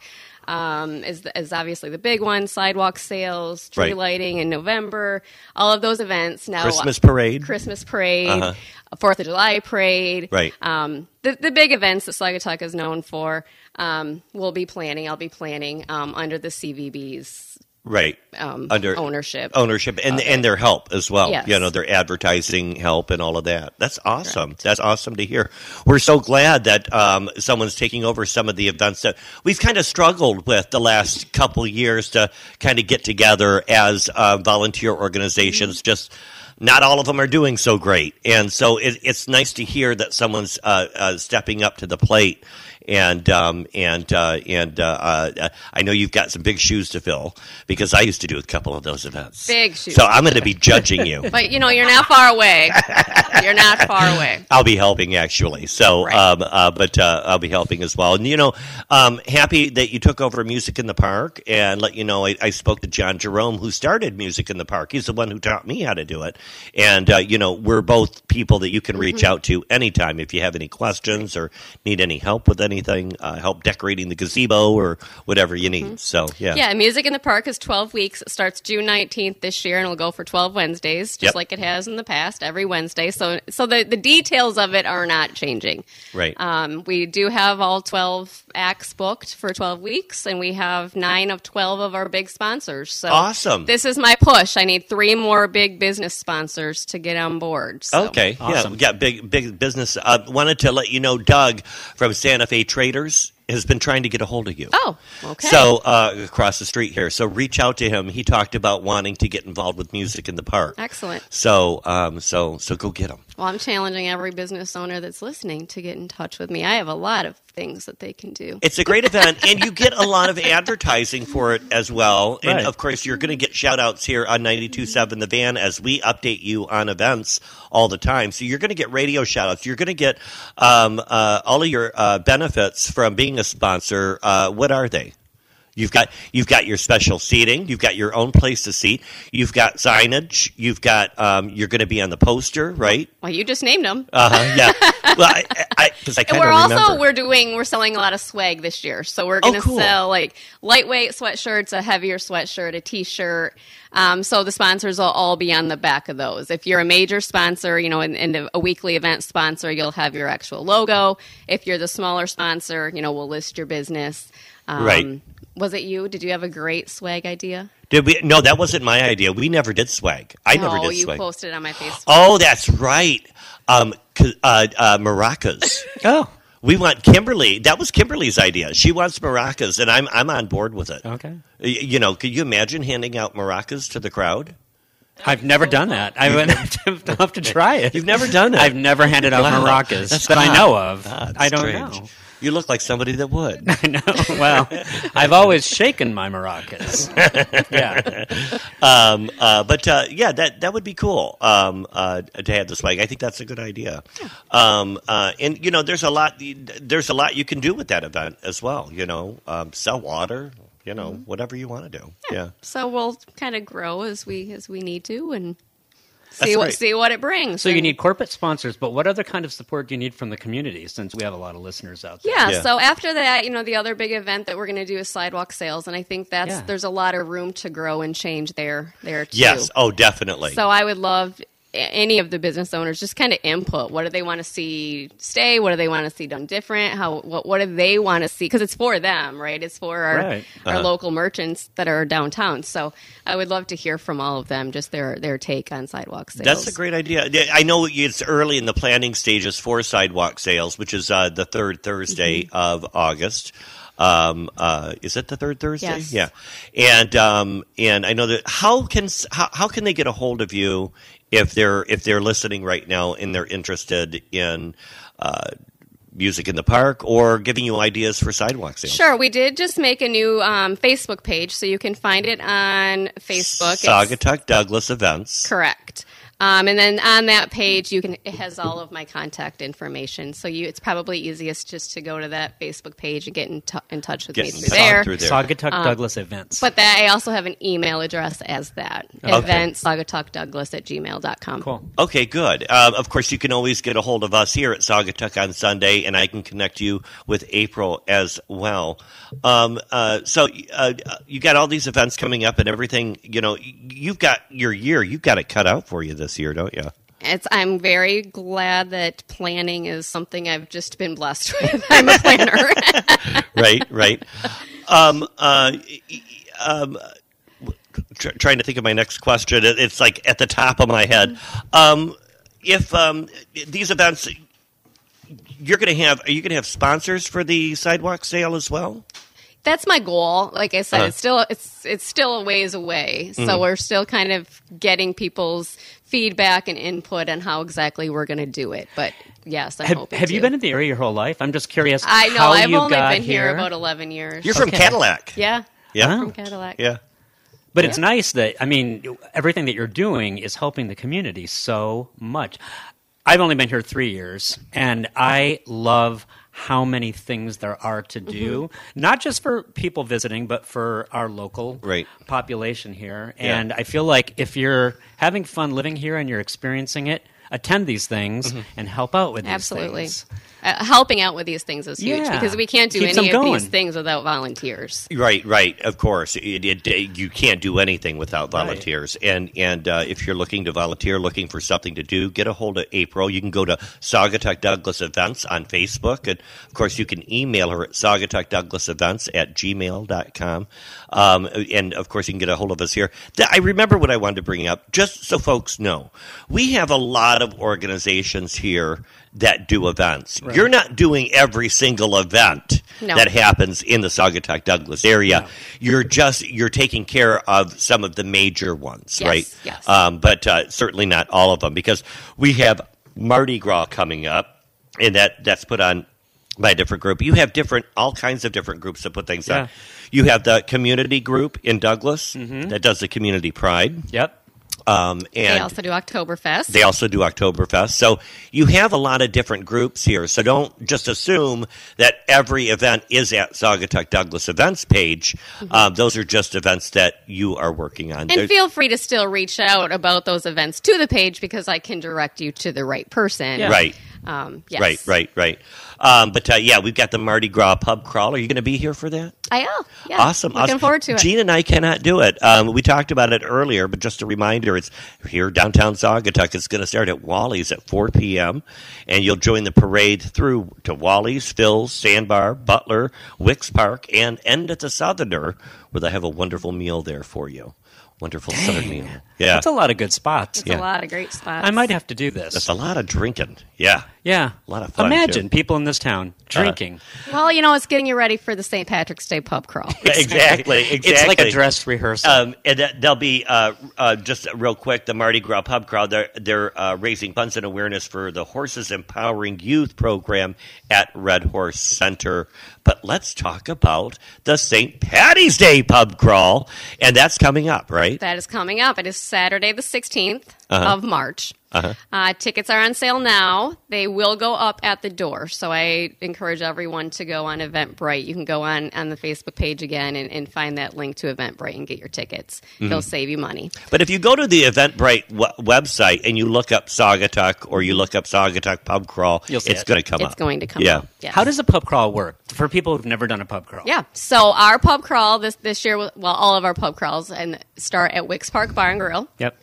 um, is is obviously the big one. Sidewalk sales, tree Right. lighting in November, all of those events now. Christmas parade. Uh-huh. Christmas parade. a Fourth of July parade. Right. Um, the, the big events that Saugatuck is known for, um, we'll be planning, I'll be planning um, under the CVB's Right. um, Under ownership. ownership and and their help as well. Yes. You know, their advertising help and all of that. That's awesome. That's awesome to hear. We're so glad that um, someone's taking over some of the events that we've kind of struggled with the last couple years to kind of get together as uh, volunteer organizations. Just not all of them are doing so great, and so it, it's nice to hear that someone's uh, uh, stepping up to the plate. And um, and uh, and uh, uh, I know you've got some big shoes to fill because I used to do a couple of those events. Big shoes. So I'm going to be judging you. But you know, you're not far away. you're not far away. I'll be helping actually. So, Right. um, uh, but uh, I'll be helping as well. And you know, um, happy that you took over Music in the Park and let you know. I, I spoke to John Jerome, who started Music in the Park. He's the one who taught me how to do it. And uh, you know, we're both people that you can Mm-hmm. reach out to anytime if you have any questions or need any help with anything, uh, help decorating the gazebo or whatever you need. So, yeah, Mm-hmm. Yeah, Music in the Park is 12 weeks. It starts June 19th this year and it'll go for 12 Wednesdays, just Yep. like it has in the past, every Wednesday. So so the, the details of it are not changing. right. Um, we do have all 12 acts booked for 12 weeks, and we have nine of 12 of our big sponsors. So Awesome. This is my push. I need three more big business sponsors to get on board. So. Okay, yeah, Awesome. we got big big business. Uh, wanted to let you know, Doug from Santa Fe Traders has been trying to get a hold of you. Oh, okay. So uh, across the street here, so reach out to him. He talked about wanting to get involved with music in the park. Excellent. So, um, so, so go get him. Well, I'm challenging every business owner that's listening to get in touch with me. I have a lot of things that they can do. It's a great event, and you get a lot of advertising for it as well. And Right. of course, you're going to get shout outs here on 92.7 The Van as we update you on events all the time. So you're going to get radio shout outs. You're going to get um, uh, all of your uh, benefits from being a sponsor. Uh, what are they? You've got you've got your special seating. You've got your own place to seat. You've got signage. You've got um, you're going to be on the poster, right? Well, you just named them. Uh huh. Yeah. well, I, I, 'cause I And kind of we're remember. also we're doing we're selling a lot of swag this year, so we're Oh, going to cool. sell like lightweight sweatshirts, a heavier sweatshirt, a T-shirt. Um, so the sponsors will all be on the back of those. If you're a major sponsor, you know, and, and a weekly event sponsor, you'll have your actual logo. If you're the smaller sponsor, you know, we'll list your business. Um, Right. Was it you? Did you have a great swag idea? Did we? No, that wasn't my idea. We never did swag. I never no, did you swag. posted it on my Facebook. oh, that's right. Um, c- uh, uh, maracas. Oh, we want Kimberly. That was Kimberly's idea. She wants maracas, and I'm I'm on board with it. okay. Y- You know, could you imagine handing out maracas to the crowd? I've never done that. I would have to, have to try it. You've never done it. I've never handed out Wow. maracas That's that I odd. know of. Ah, I don't strange. know. You look like somebody that would. I know. Well, I've always shaken my maracas. Yeah. um, uh, but uh, yeah, that that would be cool um, uh, to have the swag. I think that's a good idea. Um, uh, and you know, there's a lot there's a lot you can do with that event as well. You know, um, sell water. You know, whatever you want to do. Yeah. So we'll kind of grow as we as we need to and That's see what great. see what it brings. So you And- need corporate sponsors, but what other kind of support do you need from the community since we have a lot of listeners out there? yeah, Yeah. So after that, you know, the other big event that we're going to do is sidewalk sales, and I think that's Yeah. there's a lot of room to grow and change there there too. Yes. Oh, definitely. So I would love a- any of the business owners just kind of input. What do they want to see stay? What do they want to see done different? How what what do they want to see? Because it's for them, right? It's for our Right. our local merchants that are downtown. So I would love to hear from all of them just their their take on sidewalk sales. That's a great idea. Yeah, I know it's early in the planning stages for sidewalk sales, which is uh, the third Thursday Mm-hmm. of August. Um, uh, is it the third Thursday? Yes. Yeah, and um, and I know that how can s- how, how can they get a hold of you if they're if they're listening right now and they're interested in uh, music in the park or giving you ideas for sidewalk sales? Sure, we did just make a new um, Facebook page, so you can find it on Facebook. It's- Saugatuck Douglas events. correct. Um, and then on that page, you can it has all of my contact information. So you, it's probably easiest just to go to that Facebook page and get in, t- in touch with Get me in through touch there. through there. Saugatuck Douglas events. Um, But that I also have an email address as that event douglas at gmail.com. cool. Okay, good. Uh, of course, you can always get a hold of us here at Saugatuck on Sunday, and I can connect you with April as well. Um, uh, so uh, you got all these events coming up and everything. You know, you've got your year. You've got it cut out for you this year, don't you? It's, I'm very glad that planning is something I've just been blessed with. I'm a planner. right, right. Um, uh, e- e- um, tr- trying to think of my next question. It- It's like at the top of my head. Um, if um, these events, you're going to have, are you going to have sponsors for the sidewalk sale as well? That's my goal. Like I said, Uh-huh. it's still it's it's still a ways away. So Mm-hmm. we're still kind of getting people's feedback and input on how exactly we're going to do it. But yes, I'm Have, hoping have to. you been in the area your whole life? I'm just curious. I know. how I've you only got been here. about 11 years. You're from Cadillac. yeah. Yeah. From Cadillac. Yeah. But it's nice that I mean everything that you're doing is helping the community so much. I've only been here three years, and I love how many things there are to do, Mm-hmm. not just for people visiting, but for our local Right. population here. Yeah. And I feel like if you're having fun living here and you're experiencing it, attend these things Mm-hmm. and help out with these Absolutely. things. Uh, helping out with these things is huge Yeah. because we can't do Keeps any of them these going. things without volunteers. Right, right. Of course, it, it, you can't do anything without volunteers. And and uh, if you're looking to volunteer, looking for something to do, get a hold of April. You can go to Saugatuck Douglas Events on Facebook, and of course, you can email her at saugatuckdouglasevents at gmail.com. Um, and of course, you can get a hold of us here. Th- I remember what I wanted to bring up, just so folks know, we have a lot of organizations here that do events. You're not doing every single event No. that happens in the Saugatuck Douglas area. You're just you're taking care of some of the major ones, Yes, right? yes. Um, but uh, certainly not all of them because we have Mardi Gras coming up, and that that's put on by a different group. You have different all kinds of different groups that put things Yeah. on. You have the community group in Douglas that does the community pride, Yep. um, and Mm-hmm. they also do Oktoberfest. they also do Oktoberfest. So you have a lot of different groups here. So don't just assume that every event is at Saugatuck Douglas events page. Um, those are just events that you are working on. Mm-hmm. and There- feel free to still reach out about those events to the page because I can direct you to the right person. Yeah. Right. Um, yes. Right, right, right. Um, but uh, yeah, we've got the Mardi Gras pub crawl. Are you going to be here for that? I am. Yeah. Awesome. Looking awesome. forward to it. Gene and I cannot do it. Um, we talked about it earlier, but just a reminder, it's here downtown Saugatuck. It's going to start at Wally's at 4 p.m., and you'll join the parade through to Wally's, Phil's, Sandbar, Butler, Wicks Park, and end at the Southerner, where they have a wonderful meal there for you. Wonderful Southern meal. Yeah. That's a lot of good spots. It's a lot of great spots. I might have to do this. That's a lot of drinking. Yeah. yeah. a lot of fun, Imagine too. Uh, people in this town drinking. Well, you know, it's getting you ready for the St. Patrick's Day pub crawl. Exactly. Exactly. It's like a dress rehearsal. Um, and that, they'll be uh, uh, just real quick. The Mardi Gras pub crowd. They're they're uh, raising funds and awareness for the Horses Empowering Youth program at Red Horse Center. But let's talk about the St. Patty's Day pub crawl, and that's coming up, right? That is coming up. It is Saturday, the 16th Uh-huh. of March. uh tickets are on sale now. They will go up at the door. So I encourage everyone to go on Eventbrite. You can go on, on the Facebook page again and, and find that link to Eventbrite and get your tickets. Mm-hmm. They'll save you money. But if you go to the Eventbrite w- website and you look up Saugatuck or you look up Saugatuck pub crawl, You'll it's see it. going to come up. It's going to come Yeah. up. Yes. How does a pub crawl work for people who've never done a pub crawl? Yeah. So our pub crawl this, this year, well, all of our pub crawls and start at Wicks Park Bar and Grill. Yep.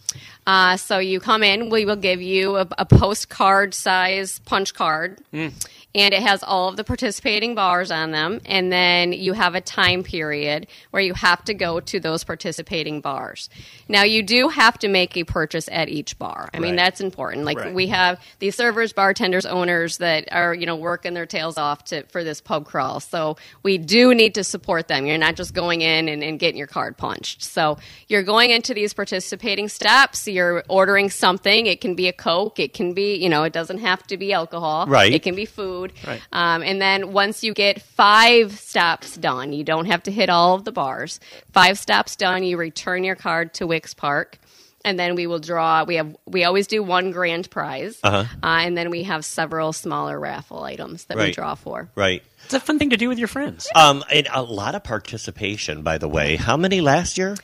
Uh, so you come in, we will give you a, a postcard size punch card. And it has all of the participating bars on them. And then you have a time period where you have to go to those participating bars. Now, you do have to make a purchase at each bar. I mean, Right. that's important. Like, Right. we have these servers, bartenders, owners that are, you know, working their tails off to, for this pub crawl. So we do need to support them. You're not just going in and, and getting your card punched. So you're going into these participating steps. You're ordering something. It can be a Coke. It can be, you know, it doesn't have to be alcohol. Right. It can be food. Right. Um, and then once you get five stops done, you don't have to hit all of the bars. Five stops done, you return your card to Wicks Park. And then we will draw. We have we always do one grand prize, uh Uh-huh. and then we have several smaller raffle items that we Right. draw for. Right. It's a fun thing to do with your friends. Um, and a lot of participation, by the way. How many last year?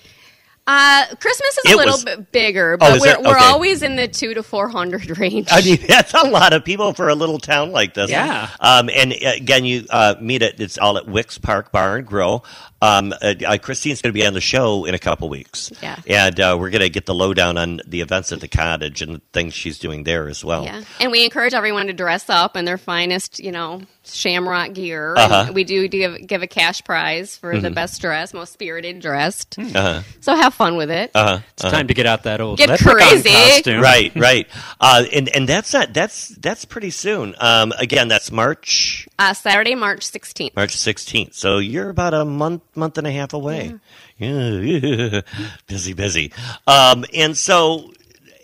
Uh, Christmas is It a little was- bit bigger, Oh, but is we're, there- we're okay. always in the two to four hundred range. I mean, that's a lot of people for a little town like this. Yeah. Um, and uh, again, you uh, meet it. It's all at Wicks Park Bar and Grill. Um, uh, uh, Christine's going to be on the show in a couple weeks. Yeah. And uh, we're going to get the lowdown on the events at the cottage and the things she's doing there as well. Yeah, and we encourage everyone to dress up in their finest, you know, shamrock gear. Uh-huh. And we do give give a cash prize for Mm-hmm. the best dressed, most spirited dressed. Hmm. Uh-huh. So have fun with it. Uh-huh. It's time to get out that old Get leprechaun crazy. costume. Right, right, uh, and and that's not that's that's pretty soon. Um, again, that's March Uh-huh. Uh, Saturday, March sixteenth. March 16th. So you're about a month, month and a half away. Yeah. busy, busy. Um, and so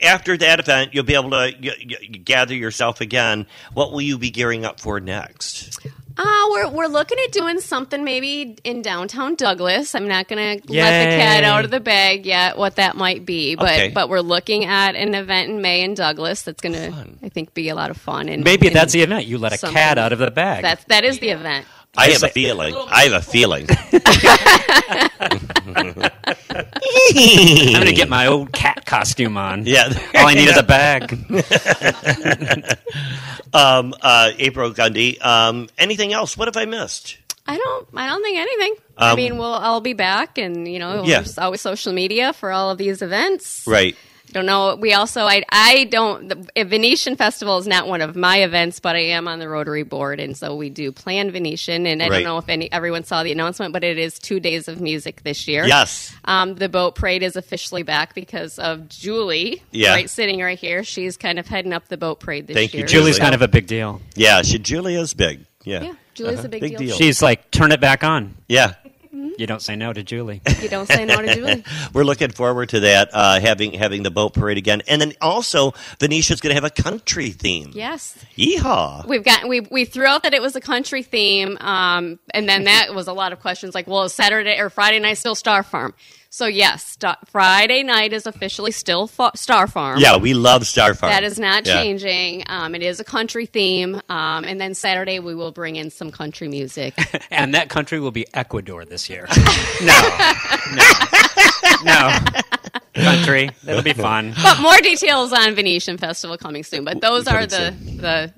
after that event, you'll be able to y- y- gather yourself again. What will you be gearing up for next? Uh, we're we're looking at doing something maybe in downtown Douglas. I'm not gonna let the Yay. cat out of the bag yet. What that might be, but Okay. but we're looking at an event in May in Douglas that's gonna, Fun. I think, be a lot of fun. And Maybe and that's the event. You let a something. cat out of the bag. that's that is the event. I have a feeling. I have a feeling. I'm going to get my old cat costume on. Yeah. All I need is a bag. Um, uh, April Gundy, um, anything else? What have I missed? I don't. I don't think anything. I Um, mean, we'll I'll be back, and you know, Yeah. there's always social media for all of these events. Right. Don't know. We also, I I don't. The Venetian Festival is not one of my events, but I am on the Rotary board, and so we do plan Venetian. And I Right. don't know if any everyone saw the announcement, but it is two days of music this year. Yes. Um, the boat parade is officially back because of Julie, Yeah. right sitting right here. She's kind of heading up the boat parade this Thank you, year. Julie. Julie's kind of a big deal. Yeah. She, Julia's big. Yeah. Uh-huh. Yeah, Julie's a big, Big deal. She's like, turn it back on. Yeah. You don't say no to Julie. You don't say no to Julie. We're looking forward to that uh, having having the boat parade again, and then also Venetia's going to have a country theme. Yes. Yeehaw! We've got we we threw out that it was a country theme, um, and then that was a lot of questions like, well, is Saturday or Friday night still Star Farm? So yes, Sta Friday night is officially still fa- Star Farm. Yeah, we love Star Farm. That is not Yeah. changing. Um, it is a country theme, um, and then Saturday we will bring in some country music. And that country will be Ecuador this year. no. No. No. Country. That'll be fun. but more details on Venetian Festival coming soon. But those are the the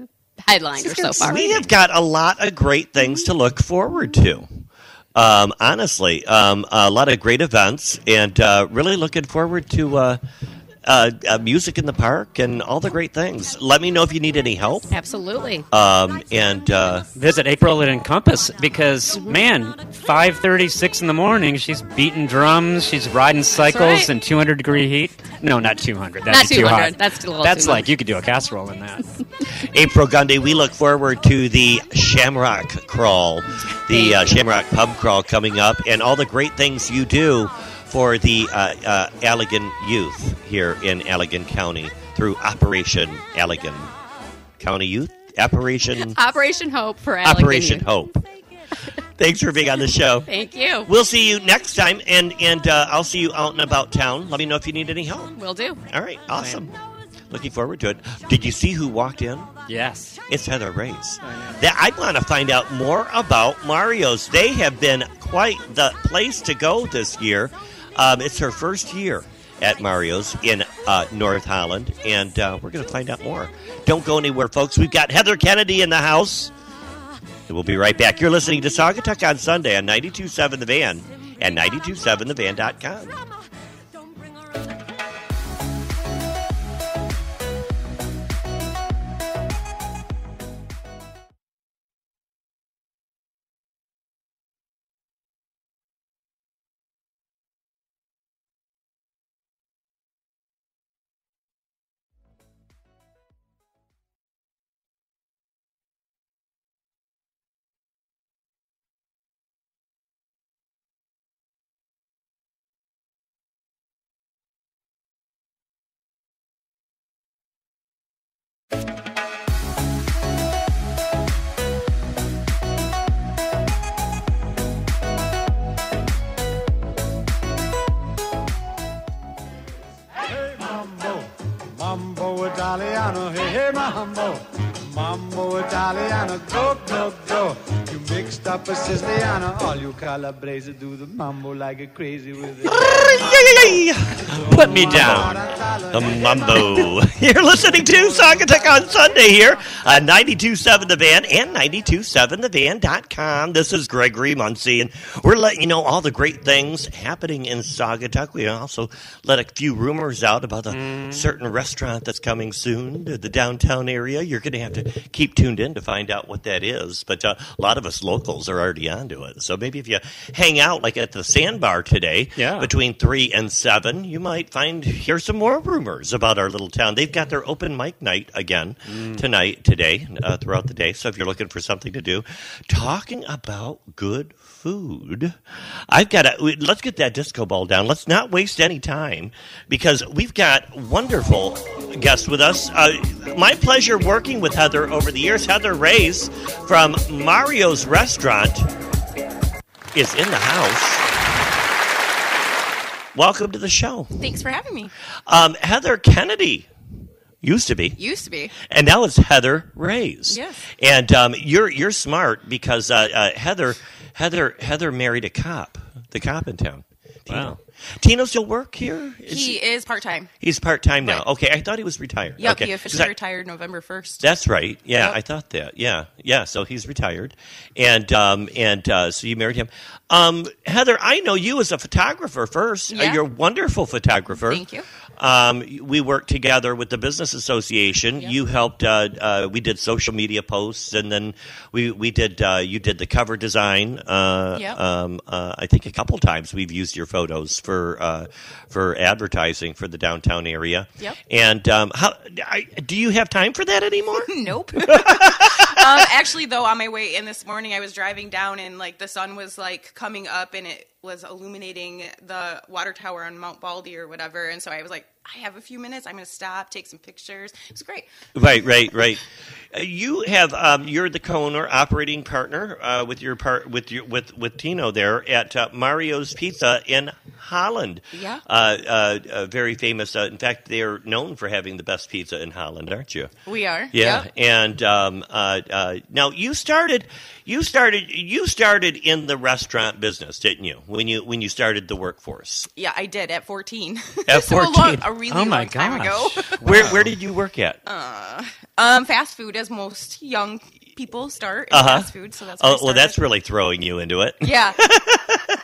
headliners so far. We have got a lot of great things to look forward to. Um, honestly, um, a lot of great events, and uh, really looking forward to uh, uh, uh, music in the park and all the great things. Let me know if you need any help. Absolutely. Um, and uh, Visit April at Encompass because, man, 5.30, 6 in the morning, she's beating drums, she's riding cycles right. in 200 degree heat. No, not 200. That'd Not be too 200. hot. That's a little That's too like, much. you could do a casserole in that. April Gundy, we look forward to the Shamrock Crawl, the uh, Shamrock Pub Crawl coming up, and all the great things you do for the uh, uh, Allegan youth here in Allegan County through Operation Allegan County Youth. Operation Operation Hope for Alec Operation Ginyard. Hope. Thanks for being on the show. Thank you. We'll see you next time, and and uh, I'll see you out and about town. Let me know if you need any help. Will do. All right, awesome. Looking forward to it. Did you see who walked in? Yes. It's Heather Race. That I want to find out more about Mario's. They have been quite the place to go this year. Um, it's her first year at Mario's in uh, North Holland, and uh, we're going to find out more. Don't go anywhere, folks. We've got Heather Kennedy in the house. And We'll be right back. You're listening to Saugatuck on Sunday on 92.7 The Van and 92.7thevan.com. Mambo, mambo Italiano, hey, hey, mambo, mambo Italiano, go, go, go. You Big stopper Siciliana, all you Calabrese do the mambo like a crazy with it. Put me down. The mumbo. You're listening to Songatech on Sunday here on 92.7 The Van and 92.7thevan.com. This is Gregory Muncie, and we're letting you know all the great things happening in Saugatuck. We also let a few rumors out about a certain restaurant that's coming soon to the downtown area. You're going to have to keep tuned in to find out what that is, but uh, a lot of us locals are already onto it. So maybe if you hang out, like at the Sandbar today, Yeah. between between three and seven, you might find hear some more rumors about our little town. They've got their open mic night again tonight, today, uh, throughout the day. So if you're looking for something to do, talking about good food, I've got to let's get that disco ball down. Let's not waste any time because we've got wonderful guests with us. Uh, my pleasure working with Heather over the years. Heather Reyes from Mario's Restaurant is in the house. Welcome to the show. Thanks for having me. Um, Heather Kennedy used to be, Used to be. and now it's Heather Rays. Yes. And um, you're you're smart because uh, uh, Heather Heather Heather married a cop, the cop in town. Wow. Tino still work here? Is He is part time. he's part time now. Right. Okay, I thought he was retired. Yep, okay. he 'Cause officially I- retired November 1st. That's right. Yeah, Yep. I thought that. Yeah, yeah. So he's retired, and um, and uh, so you married him. Um, Heather, I know you as a photographer first. Uh, Yeah. You're a wonderful photographer. Thank you. Um, we worked together with the business association. You helped. Uh, uh, we did social media posts, and then we we did. Uh, you did the cover design. Uh, Yep. um, uh, I think a couple times we've used your photos for uh, for advertising for the downtown area. Yep. And um, how I, do you have time for that anymore? Nope. um, actually, though, on my way in this morning, I was driving down and like the sun was like coming up and it was illuminating the water tower on Mount Baldy or whatever. And so I was like, I have a few minutes. I'm going to stop, take some pictures. It was great. Right, right, right. Uh, You have um, you're the co-owner, operating partner uh, with your part with your with with Tino there at uh, Mario's Pizza in Holland. Yeah. uh, uh, uh, very famous. Uh, in fact, they're known for having the best pizza in Holland, aren't you? We are. Yeah, Yep. and um, uh, uh, now you started, you started, you started in the restaurant business, didn't you? When you when you started the workforce, Yeah, I did at 14. At so a, 14. long, a really oh my long time ago. gosh. where where did you work at? Um, fast food, as most young people start in Uh-huh. fast food. So that's where I oh, well, that's started. really throwing you into it. yeah.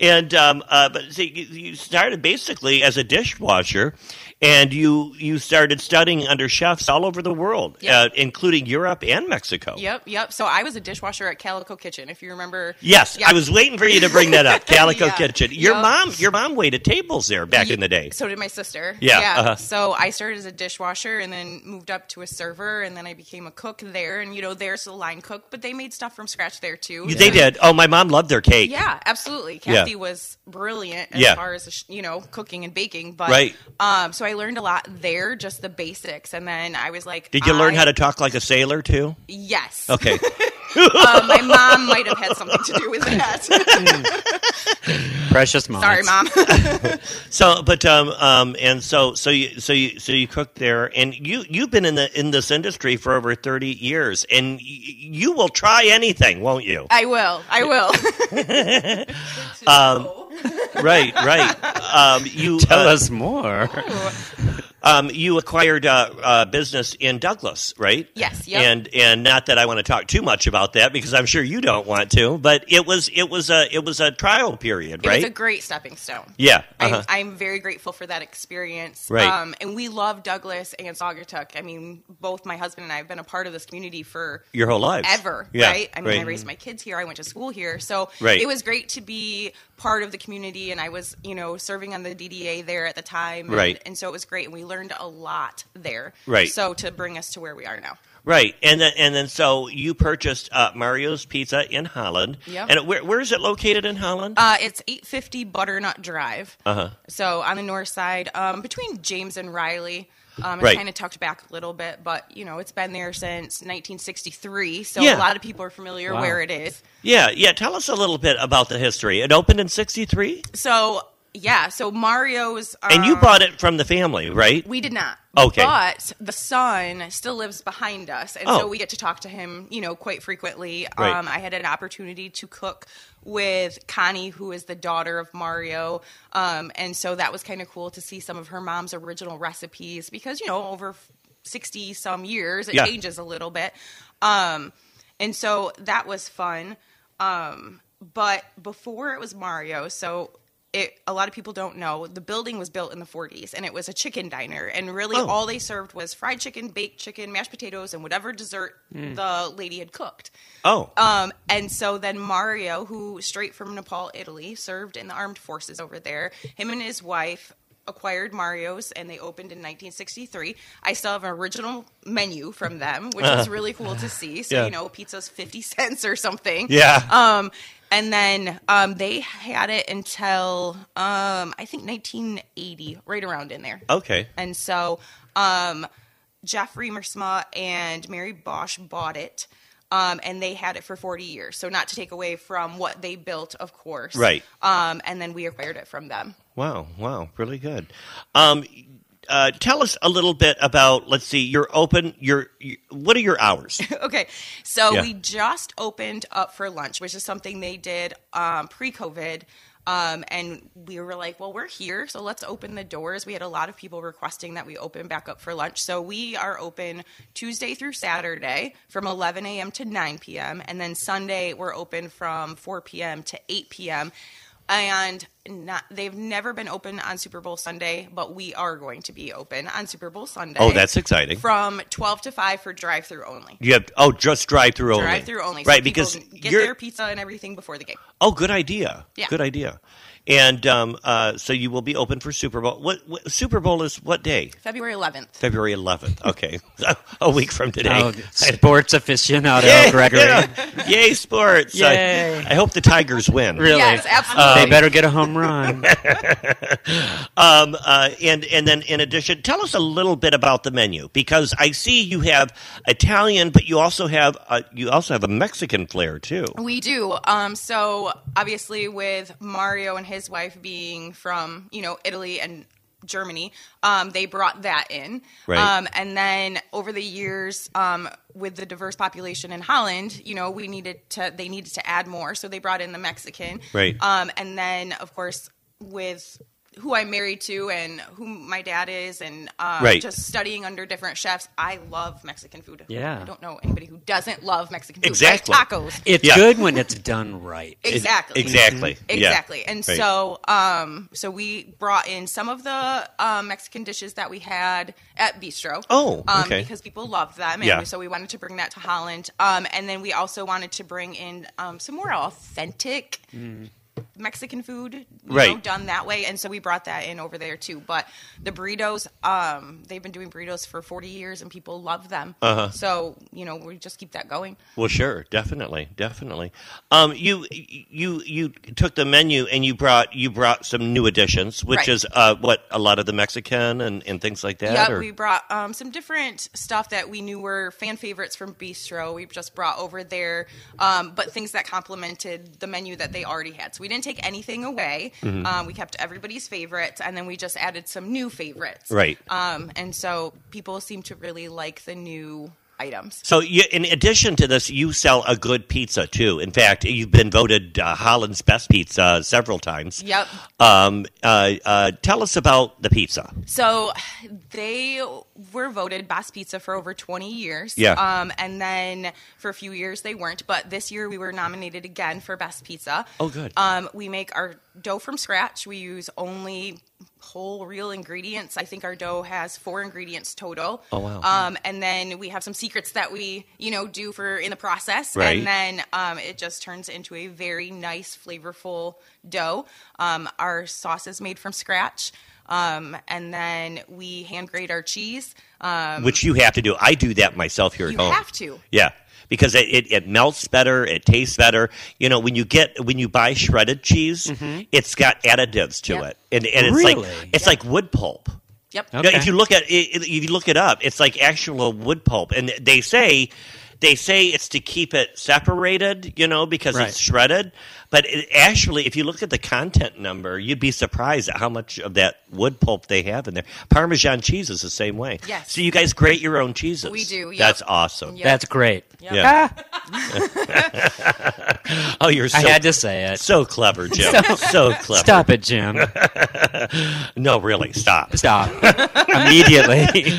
And um, uh, but see, you, you started basically as a dishwasher, and you you started studying under chefs all over the world, Yeah. uh, including Europe and Mexico. Yep, yep. So I was a dishwasher at Calico Kitchen, if you remember. Yes, Yeah. I was waiting for you to bring that up. Calico Yeah. Kitchen. Your Yep. mom, your mom waited tables there back in the day. So did my sister. Yeah, uh-huh. So I started as a dishwasher and then moved up to a server and then I became a cook there. And, you know, there's a line cook, but they made stuff from scratch there too. They did. Oh, my mom loved their cake. Yeah, absolutely. Yeah. Kathy was brilliant as Yeah. far as you know, cooking and baking. But Right. um, so I learned a lot there, just the basics, and then I was like, Did you learn I- how to talk like a sailor too? Yes. Okay. Uh, my mom might have had something to do with that. Precious moments. Sorry, mom. so, but um, um, and so, so you, so you, so you cooked there, and you, you've been in the in this industry for over thirty years, and y- you will try anything, won't you? I will. I will. right, right. Um, you Tell uh, us more. Um, you acquired uh, uh, business in Douglas, right? Yes, yep. And and not that I want to talk too much about that because I'm sure you don't want to, but it was it was a it was a trial period, It right? was a great stepping stone. yeah. uh-huh. I'm, I'm very grateful for that experience. Right. Um, and we love Douglas and Saugatuck. I mean, both my husband and I have been a part of this community for Your whole lives. ever, Yeah, right? I mean, I right. raised my kids here. I went to school here, so Right. it was great to be part of the community. And I was, you know, serving on the DDA there at the time, and, Right. And so it was great, and we learned a lot there, Right. So to bring us to where we are now, Right, and then and then so you purchased uh, Mario's Pizza in Holland. Yep. And where where is it located in Holland? uh, it's eight fifty Butternut Drive, uh-huh. so on the north side, um, between James and Riley. Um, it's Right. kind of tucked back a little bit, but you know it's been there since 1963, so Yeah. a lot of people are familiar Wow. where it is. yeah, yeah. Tell us a little bit about the history. It opened in '63. So yeah, so Mario's. Um, And you bought it from the family, right? We did not. Okay. But the son still lives behind us, and Oh. so we get to talk to him, you know, quite frequently. Right. Um, I had an opportunity to cook with Connie, who is the daughter of Mario, um, and so that was kind of cool to see some of her mom's original recipes because you know over sixty some years it Yeah. changes a little bit, um, and so that was fun. Um, but before it was Mario, so it a lot of people don't know the building was built in the 40s and it was a chicken diner and really Oh. all they served was fried chicken, baked chicken, mashed potatoes, and whatever dessert Hmm. the lady had cooked. Oh, Um, and so then Mario, who straight from Nepal, Italy, served in the armed forces over there. Him and his wife acquired Mario's, and they opened in 1963. I still have an original menu from them, which is really cool to see. So Uh-huh. Yeah. you know, pizza's 50 cents or something. Yeah. Um, and then um, they had it until um, I think 1980, right around in there. okay. And so um, Jeffrey Mersma and Mary Bosch bought it. Um, and they had it for 40 years. So, not to take away from what they built, of course. Right. Um, and then we acquired it from them. Wow, wow, really good. Um, uh, tell us a little bit about. Let's see. You're open. You're. You, what are your hours? okay. So Yeah. we just opened up for lunch, which is something they did um, pre-COVID. Um, and we were like, well, we're here, so let's open the doors. We had a lot of people requesting that we open back up for lunch. So we are open Tuesday through Saturday from 11 a.m. to 9 p.m. And then Sunday, we're open from 4 p.m. to 8 p.m. And not, they've never been open on Super Bowl Sunday, but we are going to be open on Super Bowl Sunday. Oh, that's exciting. From 12 to 5 for drive through only. you have. Oh, just drive through only. Drive through only. So Right, people because can get you're. their pizza and everything before the game. oh, good idea. Yeah. Good idea. And um, uh, so you will be open for Super Bowl. What, what Super Bowl is what day? February 11th. February 11th. Okay, a week from today. Oh, sports aficionado, Gregory. Yeah. Yay, sports! I- Yay. I, hope the Tigers win. Really? Yes, absolutely. they better get a home run. Um, uh, and and then in addition, tell us a little bit about the menu because I see you have Italian, but you also have a, you also have a Mexican flair too. We do. Um, so obviously, with Mario and his wife being from you know Italy and Germany, um, they brought that in. Right. Um, and then over the years, um, with the diverse population in Holland, you know, we needed to they needed to add more, so they brought in the Mexican. Right. Um, and then of course with who I'm married to and who my dad is, and um, Right. just studying under different chefs. I love Mexican food. Yeah. I don't know anybody who doesn't love Mexican food. Exactly. Like tacos. It's Yeah. good when it's done right. Exactly. Mm-hmm. Exactly. Yeah. Exactly. And Right. so um so we brought in some of the um, Mexican dishes that we had at Bistro. Oh, um, okay. because people loved them and Yeah. so we wanted to bring that to Holland. Um and then we also wanted to bring in um some more authentic Mexican food, you know, Right. done that way, and so we brought that in over there too. But the burritos, um, they've been doing burritos for forty years, and people love them. Uh-huh. So you know, we just keep that going. Well, sure, definitely, definitely. Um, you you you took the menu and you brought you brought some new additions, which Right. is uh, what a lot of the Mexican and, and things like that. Yeah, or- we brought um, some different stuff that we knew were fan favorites from Bistro. We just brought over there, um, but things that complemented the menu that they already had. So we didn't take anything away. Mm-hmm. Um, we kept everybody's favorites, and then we just added some new favorites. Right. Um, and so people seem to really like the new items. So, you, in addition to this, you sell a good pizza too. In fact, you've been voted uh, Holland's best pizza several times. Yep. Um, uh, uh, tell us about the pizza. So they were voted best pizza for over 20 years. Yeah. Um, and then for a few years they weren't, but this year we were nominated again for best pizza. Oh, good. Um, we make our dough from scratch. We use only whole real ingredients. I think our dough has four ingredients total. Oh, wow. Um, and then we have some secrets that we, you know, do for in the process. Right. And then um, it just turns into a very nice, flavorful dough. Um, our sauce is made from scratch. Um, and then we hand grade our cheese. Um, Which you have to do. I do that myself here You at home. have to. Yeah. Because it, it, it melts better, it tastes better. You know, when you get when you buy shredded cheese, Mm-hmm. it's got additives to Yep. it, and, and it's Really? like it's like wood pulp. yep. You know, Okay. if you look at it, if you look it up, it's like actual wood pulp, and they say they say it's to keep it separated, you know, because Right. it's shredded. But it, actually, if you look at the content number, you'd be surprised at how much of that wood pulp they have in there. Parmesan cheese is the same way. Yes. So you guys grate your own cheeses. We do, yep. That's awesome. Yep. That's great. Yeah. oh, you're so Ah. I had to say it. so clever, Jim. so, clever. Stop it, Jim. No, really, stop. Stop. Immediately.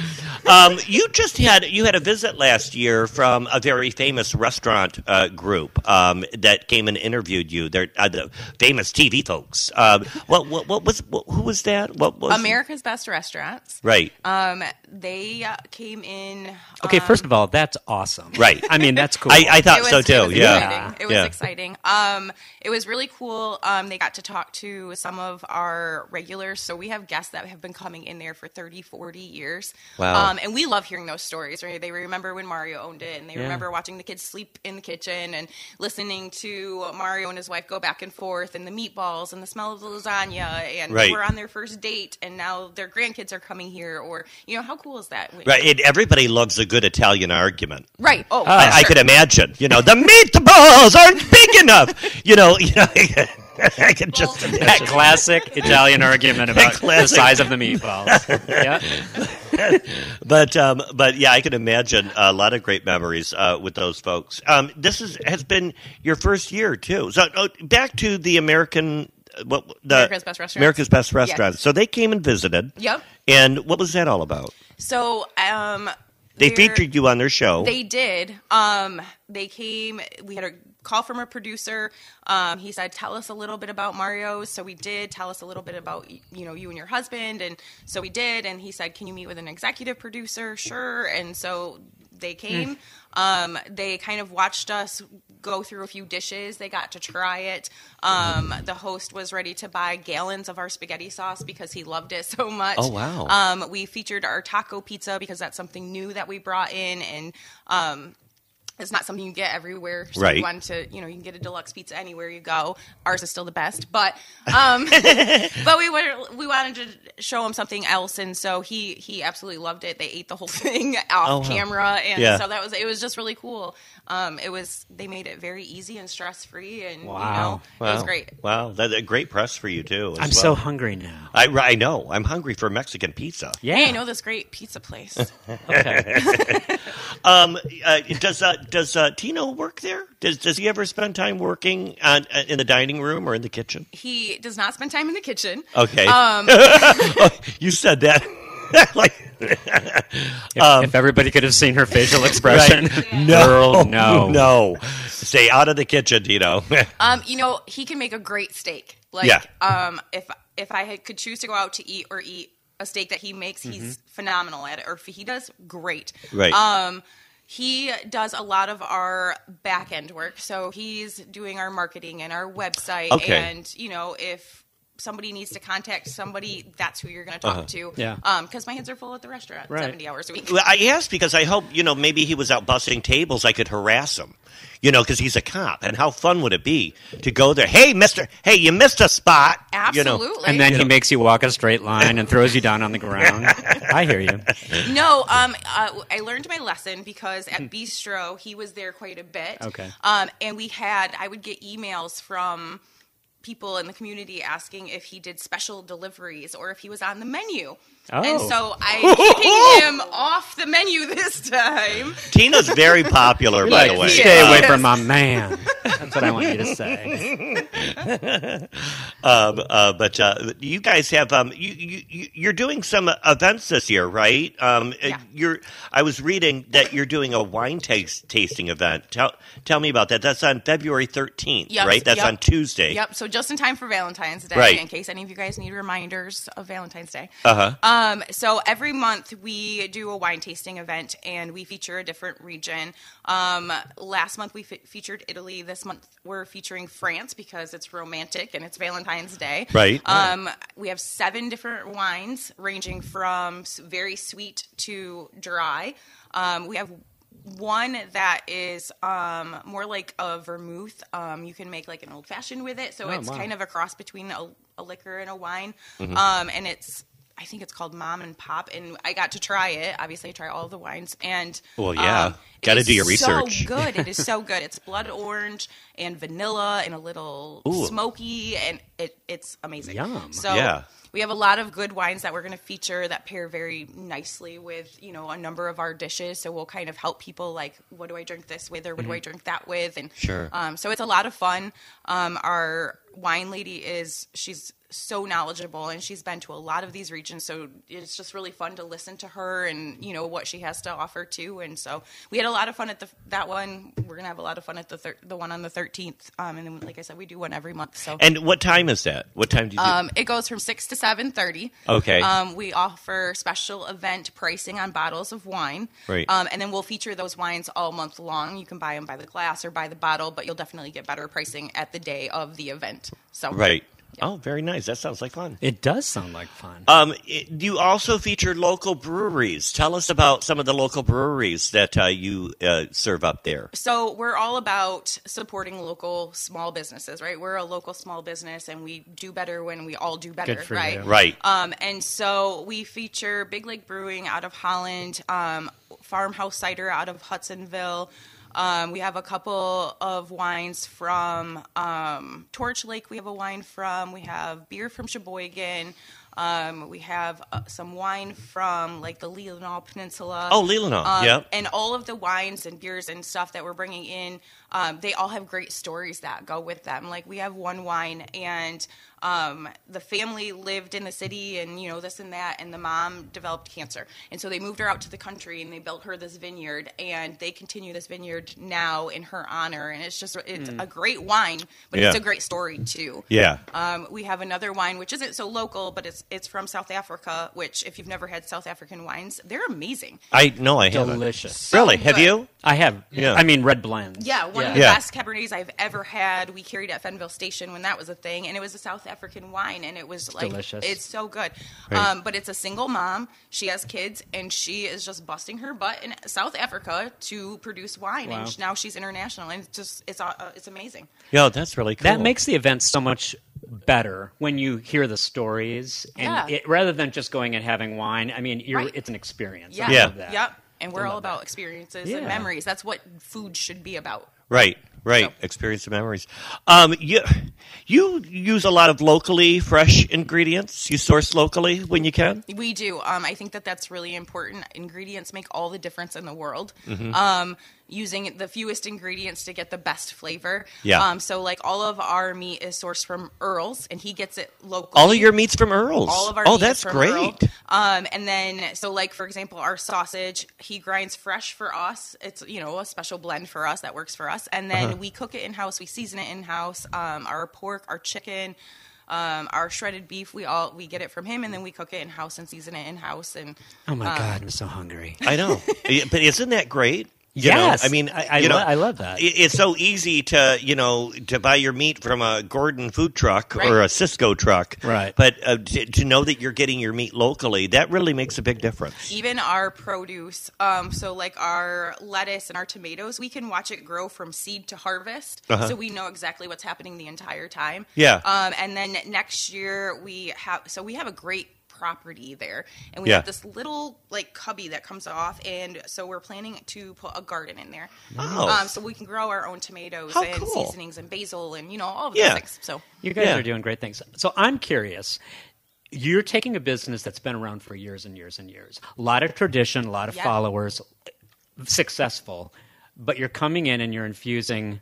Um, you just had you had a visit last year from a very famous restaurant uh, group um, that came and interviewed you. They're uh, the famous TV folks. Um, what, what what was what, who was that? What was America's Best Restaurants. Right. Um, they uh, came in. Okay, um, first of all, that's awesome. Right. I mean, that's cool. I, I thought it was, so It too. was yeah. exciting. It was Yeah. exciting. Um, it was really cool. Um, they got to talk to some of our regulars. So we have guests that have been coming in there for 30, 40 years. Wow. Um, and we love hearing those stories. Right? They remember when Mario owned it, and they remember watching the kids sleep in the kitchen and listening to Mario and his wife go back and forth, and the meatballs and the smell of the lasagna, and Right. they were on their first date, and now their grandkids are coming here. Or you know, how cool is that? Right. It, everybody loves a good Italian argument. Right. Oh, I, I sure. could imagine. You know, the meatballs aren't big enough. You know. You know. I can just that classic Italian argument about the classic. size of the meatballs. yeah. But um, but yeah, I can imagine a lot of great memories uh, with those folks. Um, this is has been your first year too. So uh, back to the American uh, what the America's Best Restaurants. America's Best Restaurants. So they came and visited. Yep. And what was that all about? So um, They they're- featured you on their show. They did. Um, they came. We had a call from a producer. Um, he said, "Tell us a little bit about Mario." So we did. Tell us a little bit about you know you and your husband, and so we did. And he said, "Can you meet with an executive producer?" Sure. And so they came. Um, they kind of watched us go through a few dishes. They got to try it. Um, the host was ready to buy gallons of our spaghetti sauce because he loved it so much. Oh, wow. Um, we featured our taco pizza because that's something new that we brought in, and um, it's not something you get everywhere. So Right. We wanted to, you know, you can get a deluxe pizza anywhere you go. Ours is still the best, but um, but we were we wanted to show him something else, and so he he absolutely loved it. They ate the whole thing off Oh, wow. camera, and Yeah. so that was it was just really cool. Um, it was they made it very easy and stress free, and you Wow. know, it was great. Wow, that's a great press for you too. as I'm well. so hungry now. I, I know. I'm hungry for Mexican pizza. Yeah. Hey, I know this great pizza place. Um, uh, does uh, does uh, Tino work there? Does does he ever spend time working on, uh, in the dining room or in the kitchen? he does not spend time in the kitchen. Okay. Um, You said that. like, If, Um, if everybody could have seen her facial expression, Girl, no, no. Stay out of the kitchen, Tino. Um, you know, he can make a great steak. Like, Yeah. um, if if I had, could choose to go out to eat or eat a steak that he makes, he's phenomenal at it. Or if he does great. Mm-hmm. Right. Um, he does a lot of our back end work, so he's doing our marketing and our website. Okay. And you know, if somebody needs to contact somebody, that's who you're going to talk to. Yeah. Because my hands are full at the restaurant, Right. seventy hours a week. Uh-huh. Well, I asked because I hope, you know, maybe he was out busting tables. I could harass him, you know, because he's a cop. And how fun would it be to go there? Hey, mister, hey, you missed a spot. You know. Absolutely. And then he makes you walk a straight line and throws you down on the ground. I hear you. No, um, uh, I learned my lesson because at Bistro he was there quite a bit. Hmm. Okay. Um, and we had I would get emails from people in the community asking if he did special deliveries or if he was on the menu. And Oh. so I kicked him off the menu this time. Tina's very popular, by the Like, way. Stay Uh, away from my man. That's what I want you to say. Um, uh, but uh, you guys have um, you, you you- you're doing some events this year, right? Um, Yeah. You're I was reading that you're doing a wine taste tasting event. Tell tell me about that. That's on February 13th, Yep, right? That's yep. on Tuesday. Yep. So just in time for Valentine's Day, Right. in case any of you guys need reminders of Valentine's Day. Uh huh. Um, so every month we do a wine tasting event and we feature a different region. Um, last month we fe- featured Italy. This month we're featuring France because it's romantic and it's Valentine's Day. Right. Um, we have seven different wines ranging from s- very sweet to dry. Um, we have one that is um, more like a vermouth. Um, you can make like Oh, an Mm-hmm. old fashioned with it. So it's kind of a cross between a, a liquor and a wine. Um, and it's I think it's called Mom and Pop, and I got to try it. Obviously, I try all the wines, and um, Well, yeah. it Gotta is do your So research. good, it is so good. It's blood orange and vanilla and a little Ooh. smoky, and it it's amazing. Yum. So Yeah. we have a lot of good wines that we're going to feature that pair very nicely with you know a number of our dishes. So we'll kind of help people like, what do I drink this with, or what do I drink that with, and Mm-hmm. Sure. um, so it's a lot of fun. Um, our wine lady is she's so knowledgeable and she's been to a lot of these regions so it's just really fun to listen to her and you know what she has to offer too and so we had a lot of fun at the that one we're gonna have a lot of fun at the thir- the one on the 13th um, and then like i said we do one every month so And what time is that? What time do you do? um, it goes from six to seven thirty. Okay. Um, we offer special event pricing on bottles of wine. Right. Um, and then we'll feature those wines all month long. You can buy them by the glass or by the bottle, but you'll definitely get better pricing at the day of the event. So right. Oh, very nice. That sounds like fun. It does sound like fun. Um, it- you also feature local breweries. Tell us about some of the local breweries that uh, you uh, serve up there. so we're all about supporting local small businesses, right? We're a local small business, and we do better when we all do better, Good for right? you. Right. Um, and so we feature Big Lake Brewing out of Holland, um, Farmhouse Cider out of Hudsonville. Um, we have a couple of wines from um, Torch Lake. We have a wine from. We have beer from Sheboygan. Um, we have uh, some wine from like the Leelanau Peninsula. Oh, Leelanau, Um, yep. And all of the wines and beers and stuff that we're bringing in, um, they all have great stories that go with them. Like we have one wine, and um, the family lived in the city, and you know this and that, and the mom developed cancer, and so they moved her out to the country, and they built her this vineyard, and they continue this vineyard now in her honor, and it's just it's a great wine, but it's Hmm. Yeah. a great story too. Yeah. Um, we have another wine which isn't so local, but it's it's from South Africa. Which, if you've never had South African wines, they're amazing. I no, I haven't. Delicious. Really? So Have good. you? I have. Yeah. I mean, red blends. Yeah, one of the Yeah. best Cabernets I've ever had. We carried at Fenville Station when that was a thing, and it was a South African wine, and it was like delicious. it's so good. Right. Um, but it's a single mom. She has kids, and she is just busting her butt in South Africa to produce wine, Wow. and now she's international, and it's just it's uh, it's amazing. Yeah, that's really cool. That makes the event so much better when you hear the stories and Yeah. it, rather than just going and having wine. I mean, you're, Right. it's an experience. Yeah, I Yeah. love that. yep. And we're all love about experiences Yeah. and memories. That's what food should be about. right, right. So- Experience and memories. Um, you you use a lot of locally fresh ingredients. You source locally when you can. We do. Um, I think that that's really important. Ingredients make all the difference in the world. Mm-hmm. Um, using the fewest ingredients to get the best flavor. Yeah. Um, so like all of our meat is sourced from Earl's, and he gets it locally. All of your meats from Earl's. All of our oh, meat is that's from great. Earl. Um, and then so like for example, our sausage he grinds fresh for us. It's you know a special blend for us that works for us. And then Uh-huh. we cook it in house. We season it in house. Um, our pork, our chicken. Um, our shredded beef, we all we get it from him, and then we cook it in house and season it in house. And Oh Uh, my God, I'm so hungry. I know, Yeah, but isn't that great? You Yes. know, I mean, I- I you know, lo- I love that. i- It's so easy to you know to buy your meat from a Gordon food truck or Right. a Cisco truck, Right. But uh, to, to know that you're getting your meat locally, that really makes a big difference. even our produce um, so like our lettuce and our tomatoes we can watch it grow from seed to harvest so we know exactly what's happening the entire time Uh-huh. Yeah. um, and then next year we have so we have a great property there and we Yeah. have this little like cubby that comes off and so we're planning to put a garden in there Oh. um, so we can grow our own tomatoes How and cool. seasonings and basil and you know all of Yeah. those things so You guys Yeah. are doing great things. So I'm curious. You're taking a business that's been around for years and years and years. A lot of tradition, a lot of Yeah. followers, successful, but you're coming in and you're infusing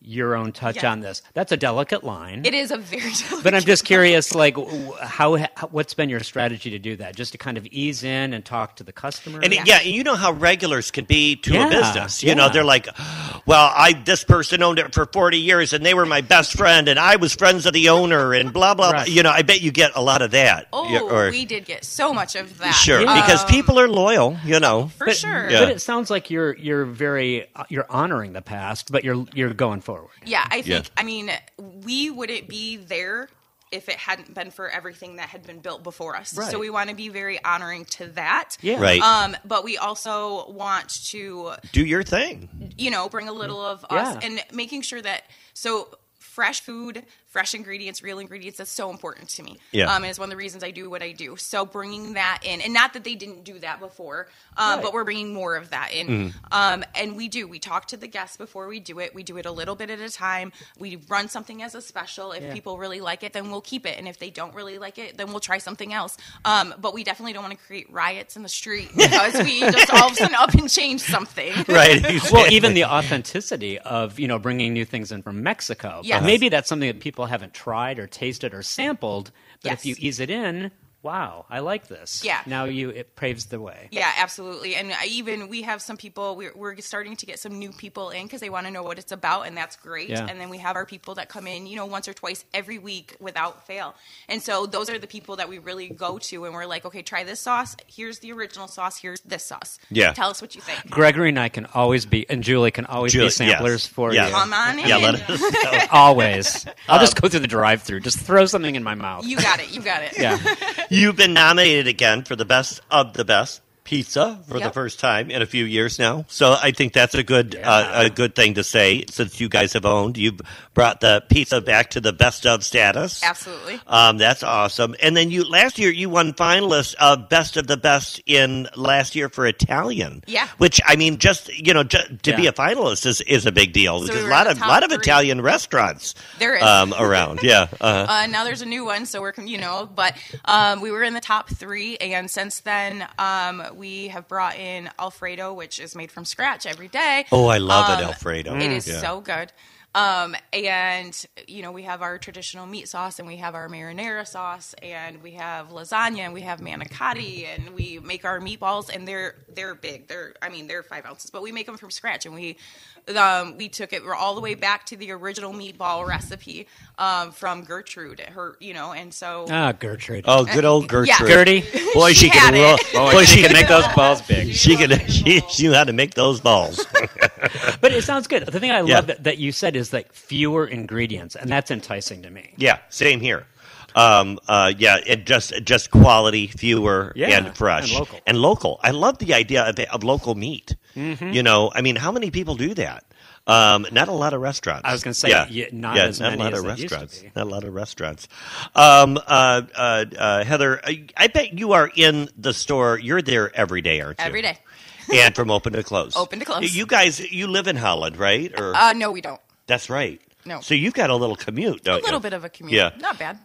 your own touch Yeah. on this. That's a delicate line. it is a very but I'm just curious, like, w- how, how what's been your strategy to do that? Just to kind of ease in and talk to the customer. And it- yeah, you know how regulars can be to a Yeah, business. You know, yeah. they're like, "Well, I this person owned it for forty years, and they were my best friend, and I was friends of the owner, and blah blah." Right. blah. You know, I bet you get a lot of that. oh Yeah, or- we did get so much of that Uh, sure Yeah. because people are loyal. You know, for but, sure Yeah. But it sounds like you're you're very uh, you're honoring the past, but you're you're going forward. Yeah, I Yeah. think. I mean, we wouldn't be there if it hadn't been for everything that had been built before us. Right. So we want to be very honoring to that. Yeah. right? Um, but we also want to, Do your thing. you know, bring a little of us Yeah. and making sure that so fresh food, fresh ingredients, real ingredients. That's so important to me. Yeah. Um, and it's one of the reasons I do what I do. So bringing that in, and not that they didn't do that before, um, but we're bringing more of that in. Mm-hmm. Um, and we do. We talk to the guests before we do it. We do it a little bit at a time. We run something as a special. If people really like it, then we'll keep it. And if they don't really like it, then we'll try something else. Um, but we definitely don't want to create riots in the street because we just all of a sudden up and change something. right. well, even the authenticity of you know bringing new things in from Mexico. Yes. Maybe that's something that people haven't tried or tasted or sampled. But if Yes. you ease it in, wow, I like this. Yeah. Now you it paves the way. Yeah, absolutely. And I even we have some people. We're, we're starting to get some new people in because they want to know what it's about, and that's great. Yeah. And then we have our people that come in, you know, once or twice every week without fail. And so those are the people that we really go to, and we're like, okay, try this sauce. Here's the original sauce. Here's this sauce. Yeah. Tell us what you think. Gregory and I can always be, and Julie can always Julie, be yes. samplers for Yeah. Um, you. Come on in. yeah, let us know. Always. I'll just go through the drive-through. Just throw something in my mouth. You got it. You got it. yeah. You've been nominated again for the best of the best pizza for the Yep. first time in a few years now. So I think that's a good uh, a good thing to say since you guys have owned. You've brought the pizza back to the best of status. Absolutely. Um, that's awesome. And then you last year you won finalist of best of the best in last year for Italian. Yeah. Which I mean, just you know, ju- to be Yeah. a finalist is, is a big deal because were a lot in of the top lot of three. Italian restaurants There is. um, around. Yeah. Uh-huh. Uh, now there's a new one, so we're com- you know, but um, we were in the top three, and since then um, we have brought in Alfredo, which is made from scratch every day. Oh, I love it, Um, Alfredo. It is Mm. Yeah. so good. Um, and you know, we have our traditional meat sauce, and we have our marinara sauce, and we have lasagna, and we have manicotti, and we make our meatballs, and they're they're big. They're I mean they're five ounces, but we make them from scratch, and we um, we took it we're all the way back to the original meatball recipe um, from Gertrude. Her you know, and so Ah, Gertrude. Oh, good old Gertrude. Gertie. Boy, she, had can roll. it. Boy, Oh, she can make those. balls big. She can. She, she knew how to make those balls. But it sounds good. The thing I love Yeah. that, that you said is like fewer ingredients, and that's enticing to me. yeah, same here. Um, uh, yeah, it just just quality, fewer Yeah, and fresh and local. local. I love the idea of, of local meat. Mm-hmm. You know, I mean, how many people do that? Um, not a lot of restaurants. I was gonna say, yeah, not as not many a lot as of it used to restaurants. be. Not a lot of restaurants. Um, uh, uh, uh, Heather, I, I bet you are in the store. You're there every day, aren't you? every day. and from open to close. Open to close. You guys, you live in Holland, right? Or Uh, no, we don't. that's right. no. So you've got a little commute, A don't you? little bit of a commute. Yeah. Not bad.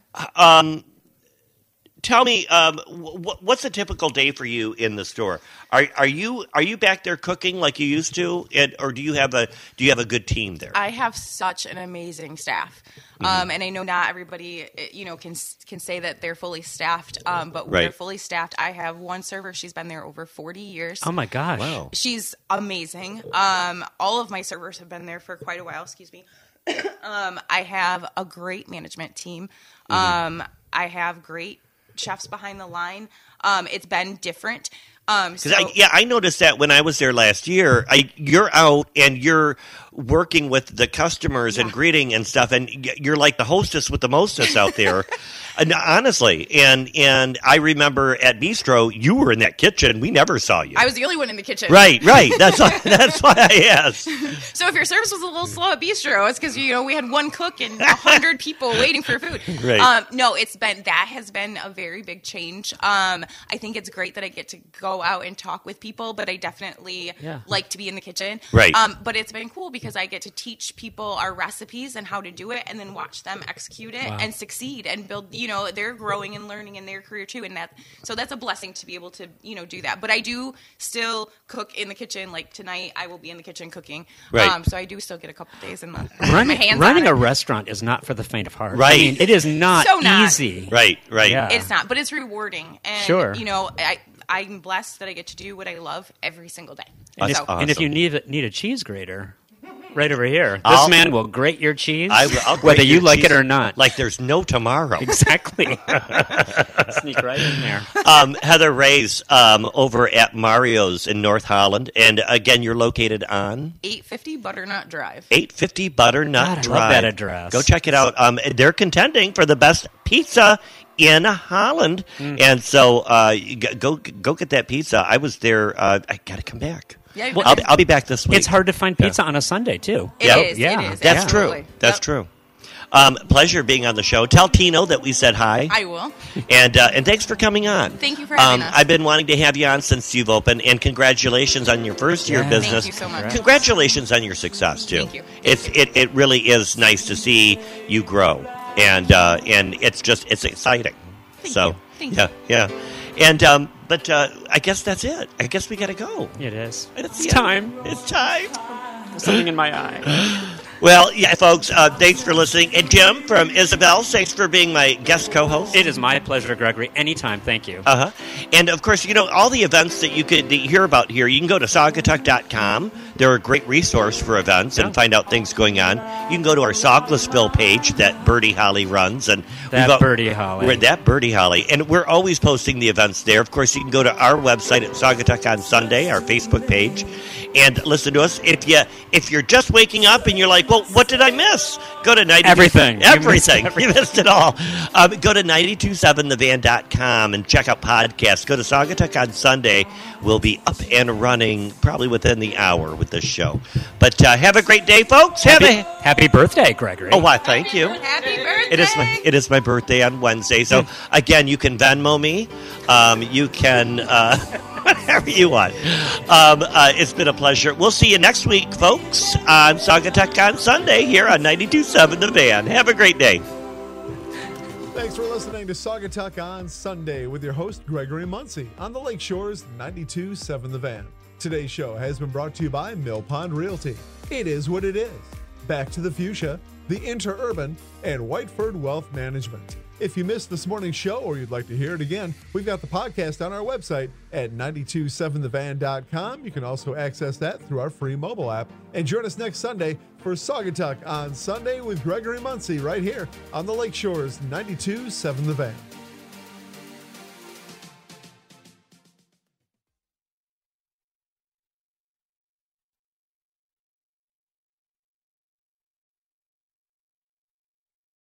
Tell me, um, wh- wh- what's a typical day for you in the store? Are are you are you back there cooking like you used to, and, or do you have a do you have a good team there? I have such an amazing staff, Mm-hmm. um, and I know not everybody, eh, you know, can can say that they're fully staffed. Um, but we're Right. fully staffed. I have one server; she's been there over forty years. Oh my gosh. wow. She's amazing. Um, all of my servers have been there for quite a while. Excuse me. um, I have a great management team. Mm-hmm. Um, I have great chefs behind the line. Um, it's been different. Um, so, Because I, yeah, I noticed that when I was there last year, I, you're out and you're working with the customers and greeting and stuff, and y- you're like the hostess with the mostest out there, and honestly. And and I remember at Bistro, you were in that kitchen. We never saw you. I was the only one in the kitchen. right, right. That's why, that's why I asked. So if your service was a little slow at bistro, it's because you know we had one cook and a hundred people waiting for food. Right. Um, no, it's been that has been a very big change. Um, I think it's great that I get to go out and talk with people, but I definitely Yeah. like to be in the kitchen. Right. Um, but it's been cool because I get to teach people our recipes and how to do it, and then watch them execute it and succeed and build. You know, they're growing and learning in their career too, and that so that's a blessing to be able to you know do that. But I do still cook in the kitchen. Like tonight, I will be in the kitchen cooking. Right. Um, so I do still get a couple days in the my Running, hands running on a it. restaurant is not for the faint of heart. I Right. mean, it is not So not. easy. Right, right. Yeah. It's not, but it's rewarding. And Sure. you know, I I'm blessed that I get to do what I love every single day. And if, That's and if awesome. you need a, need a cheese grater, right over here. This I'll- man will grate your cheese, I, I'll grate whether you your like cheese it or not. Like there's no tomorrow. exactly. Sneak right in there. um, Heather Ray's um, over at Mario's in North Holland, and again, you're located on. 850 Butternut Drive. 850 Butternut God, I Drive. love that address. Go check it out. Um, they're contending for the best pizza in Holland, Hmm. and so uh, you g- go go get that pizza. I was there. Uh, I got to come back. Yeah, you I'll, gotta- be- I'll be back this week. It's hard to find pizza on a Sunday, too. It Yep. is, Yeah. It is. That's absolutely. true. That's Yep. true. Um, pleasure being on the show. Tell Tino that we said hi. I will. And uh, and thanks for coming on. Um, Thank you for having us. I've been wanting to have you on since you've opened, and congratulations on your first year of Yeah. business. Thank you so much. Congratulations on your success too. Thank you. It's it, it really is nice to see you grow, and uh, and it's just it's exciting. so you. Thank yeah, yeah, and um, but uh, I guess that's it. I guess we got to go. It is. It's It's the time. It's time. Something in my eye. Well, yeah, folks, uh, thanks for listening. And Jim from Isabel, thanks for being my guest co-host. It is my pleasure, Gregory. Anytime. Thank you. Uh huh. And of course, you know, all the events that you could that you hear about here, you can go to saugatuck.com. They're a great resource for events and Yeah. find out things going on. You can go to our Sauglessville page that Birdie Holly runs. and That we've al- Birdie Holly. We're that Birdie Holly. And we're always posting the events there. Of course, you can go to our website at Saugatuck on Sunday, our Facebook page, and listen to us. If you if you're just waking up and you're like, well, what did I miss? Go to 90 Everything. You missed Everything. You missed it all. Um, go to 927thevan.com and check out podcasts. Go to Saugatuck on Sunday. We'll be up and running probably within the hour with this show. But uh, have a great day, folks. Have Happy, a. happy birthday, Gregory. Oh, why, thank you. Happy birthday. It is my it is my birthday on Wednesday. So again, you can Venmo me. Um, you can uh, whatever you want. Um, uh, it's been a pleasure. We'll see you next week, folks, on Saugatuck on Sunday here on 92.7 The Van. Have a great day. Thanks for listening to Saga Talk on Sunday with your host, Gregory Muncie, on the Lake Shores 92.7 The Van. Today's show has been brought to you by Mill Pond Realty. It is what it is. Back to the Fuchsia, the Interurban, and Whiteford Wealth Management. If you missed this morning's show or you'd like to hear it again, we've got the podcast on our website at 927thevan.com. You can also access that through our free mobile app. And join us next Sunday for Saga Talk on Sunday with Gregory Muncie right here on the Lake Shores 927 The Van.